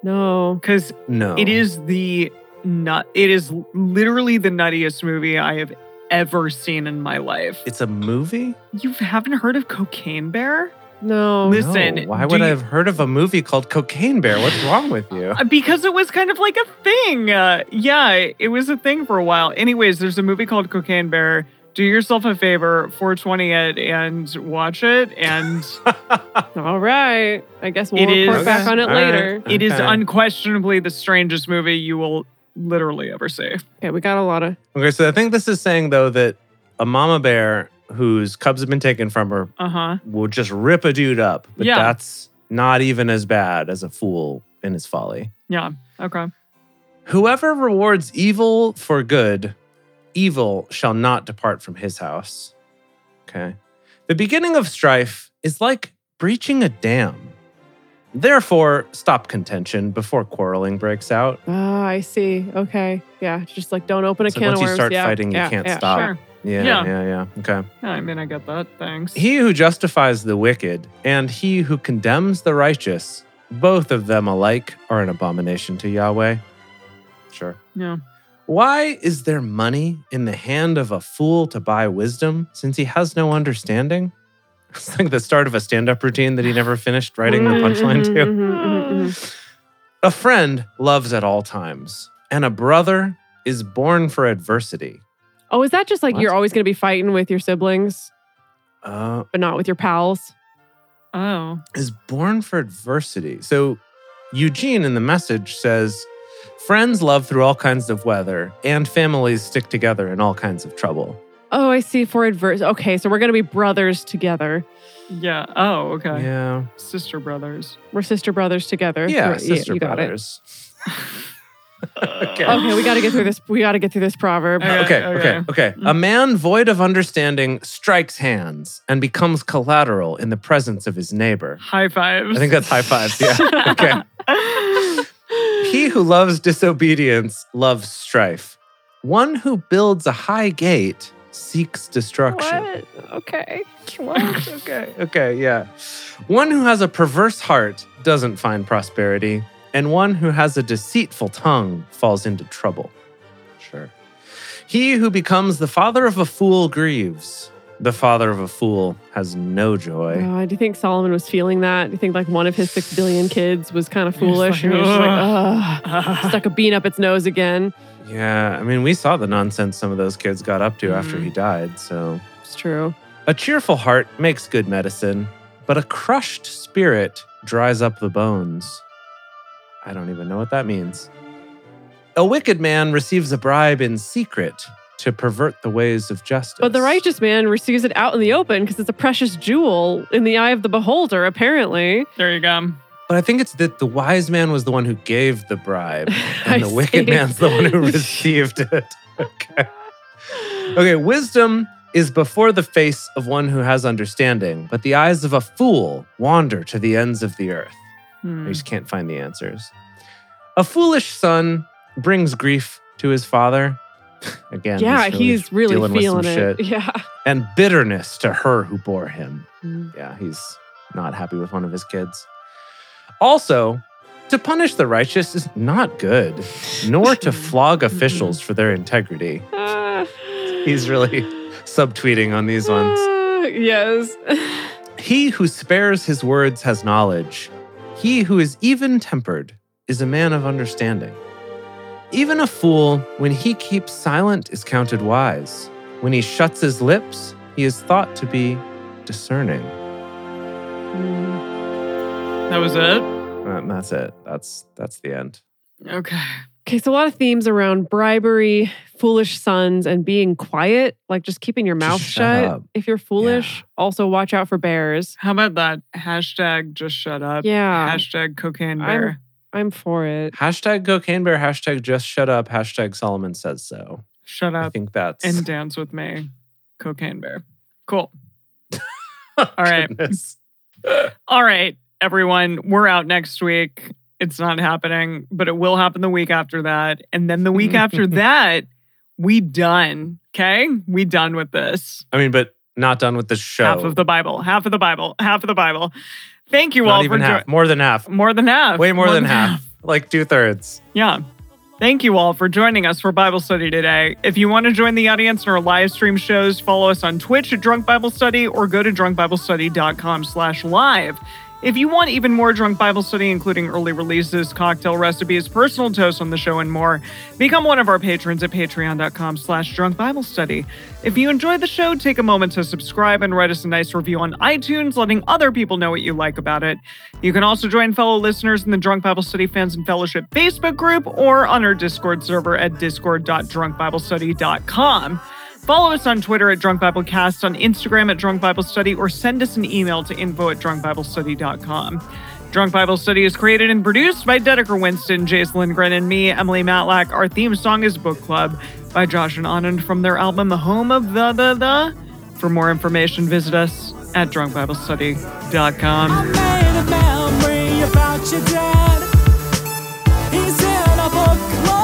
S4: No.
S2: Because
S3: no.
S2: it is the nut. It is literally the nuttiest movie I have ever seen in my life.
S3: It's a movie?
S2: You haven't heard of Cocaine Bear?
S4: No.
S2: This- Listen,
S3: No, Why
S2: do
S3: would I
S2: you-
S3: have heard of a movie called Cocaine Bear? What's wrong with you?
S2: Uh, Because it was kind of like a thing. Uh, yeah, it- it was a thing for a while. Anyways, there's a movie called Cocaine Bear. Do yourself a favor, 420 it and watch it. And
S4: All right. I guess we'll
S2: It is-
S4: report back on it
S3: All right.
S4: later.
S2: it is
S3: Okay.
S2: unquestionably the strangest movie you will literally ever see.
S4: Okay, we got a lot of
S3: Okay, so I think this is saying though that a mama bear whose cubs have been taken from her
S2: Uh huh.
S3: will just rip a dude up, but
S2: Yeah.
S3: that's not even as bad as a fool in his folly.
S2: Yeah. Okay.
S3: Whoever rewards evil for good, evil shall not depart from his house. Okay. The beginning of strife is like breaching a dam. Therefore, stop contention before quarreling breaks out.
S4: Ah, I see. Okay. Yeah. Just like don't open a
S3: So
S4: can
S3: once
S4: of
S3: you
S4: worms.
S3: start
S4: yeah.
S3: fighting, you
S4: yeah,
S3: can't
S4: yeah.
S3: stop.
S2: Sure.
S3: Yeah, yeah,
S2: Yeah.
S3: yeah. Okay.
S2: Yeah, I mean, I get that. Thanks.
S3: He who justifies the wicked and he who condemns the righteous, both of them alike are an abomination to Yahweh. Sure.
S2: yeah.
S3: Why is there money in the hand of a fool to buy wisdom since he has no understanding? It's like the start of a stand up routine that he never finished writing the
S4: Mhm,
S3: punchline
S4: mhm,
S3: to.
S4: mhm, mhm, mhm.
S3: A friend loves at all times, and a brother is born for adversity.
S4: Oh, is that just like
S3: What?
S4: you're always going to be fighting with your siblings,
S3: Uh,
S4: but not with your pals?
S2: Oh.
S3: is born for adversity. So Eugene in the message says, Friends love through all kinds of weather, and families stick together in all kinds of trouble.
S4: Oh, I see. For adverse. Okay, so we're gonna be brothers together.
S2: Yeah. Oh, okay.
S3: Yeah.
S2: Sister brothers.
S4: We're sister brothers together.
S3: Yeah,
S4: Right,
S3: sister
S4: you got it.
S3: brothers. okay.
S4: Okay, we got to get through this. We got to get through this proverb.
S2: Okay,
S3: okay, okay, okay.
S4: Mm-hmm.
S3: A man void of understanding strikes hands and becomes collateral in the presence of his neighbor.
S2: High fives.
S3: I think that's high fives. Yeah. Okay. He who loves disobedience loves strife. One who builds a high gate seeks destruction.
S4: What? Okay.
S3: Okay, okay, yeah. One who has a perverse heart doesn't find prosperity, and one who has a deceitful tongue falls into trouble. Sure. He who becomes the father of a fool grieves. The father of a fool has no joy.
S4: Oh, do you think Solomon was feeling that? Do you think like one of his six billion kids was kind of
S2: He was
S4: foolish
S2: like,
S4: and he was just like, ugh, stuck a bean up its nose again?
S3: Yeah, I mean, we saw the nonsense some of those kids got up to after
S2: Mhm.
S3: he died, so.
S4: It's true.
S3: A cheerful heart makes good medicine, but a crushed spirit dries up the bones. I don't even know what that means. A wicked man receives a bribe in secret to pervert the ways of justice.
S4: But the righteous man receives it out in the open because it's a precious jewel in the eye of the beholder, apparently.
S2: There you go.
S3: But I think it's that the wise man was the one who gave the bribe,
S4: I
S3: and the wicked
S4: see.
S3: man's the one who received it. Okay. Okay, wisdom is before the face of one who has understanding, but the eyes of a fool wander to the ends of the earth. I
S2: Hmm.
S4: Mm.
S3: just can't find the answers. A foolish son brings grief to his father. Again,
S4: yeah, he's really,
S3: dealing with some
S4: feeling it.
S3: shit.
S4: Yeah.
S3: And bitterness to her who bore him.
S4: Mm.
S3: Yeah, he's not happy with one of his kids. Also, to punish the righteous is not good, nor to flog officials for their integrity.
S4: Ah.
S3: He's really subtweeting on these ones.
S4: Ah, yes.
S3: He who spares his words has knowledge. He who is even tempered is a man of understanding. Even a fool, when he keeps silent, is counted wise. When he shuts his lips, he is thought to be discerning.
S4: Mm.
S2: That was it.
S3: And Uh, that's it. That's that's the end.
S2: Okay.
S4: Okay, so a lot of themes around bribery, foolish sons, and being quiet, like just keeping your
S3: Just
S4: mouth
S3: shut
S4: shut.
S3: up.
S4: If you're foolish, also watch out for bears.
S2: How about that hashtag? Just shut
S3: Uh,
S2: up.
S4: Yeah,
S2: Hashtag cocaine
S4: I'm-
S2: bear.
S4: I'm for it.
S3: Hashtag cocaine bear, hashtag just shut up, hashtag Solomon says so.
S2: Shut
S3: I
S2: up
S3: think that's
S2: and dance with me. Cocaine bear. Cool. All right.
S3: goodness.
S2: All right, everyone, we're out next week. It's not happening, but it will happen the week after that. And then the week after that, we done. Okay? We done with this.
S3: I mean, but not done with the show.
S2: Half of the Bible. Half of the Bible. Half of the Bible. Thank you all
S3: not
S2: for
S3: even half,
S2: joining.
S3: more than half.
S2: More than half.
S3: Way more, than, half. Like two thirds.
S2: Yeah. Thank you all for joining us for Bible study today. If you want to join the audience in our live stream shows, follow us on Twitch at Drunk Bible Study or go to drunkbiblestudy.com slash live. If you want even more Drunk Bible Study, including early releases, cocktail recipes, personal toasts on the show, and more, become one of our patrons at patreon.com slash drunk Bible study. If you enjoyed the show, take a moment to subscribe and write us a nice review on iTunes, letting other people know what you like about it. You can also join fellow listeners in the Drunk Bible Study Fans and Fellowship Facebook group or on our Discord server at discord.drunkbiblestudy.com. Follow us on Twitter at Drunk Bible Cast, on Instagram at Drunk Bible Study, or send us an email to info at drunkbiblestudy.com. Drunk Bible Study is created and produced by Dedeker Winston, Jace Lindgren, and me, Emily Matlack. Our theme song is Book Club by Josh and Anand from their album The Home of the The The. For more information, visit us at drunkbiblestudy.com.
S1: I made a memory about your dad. He's in a book club.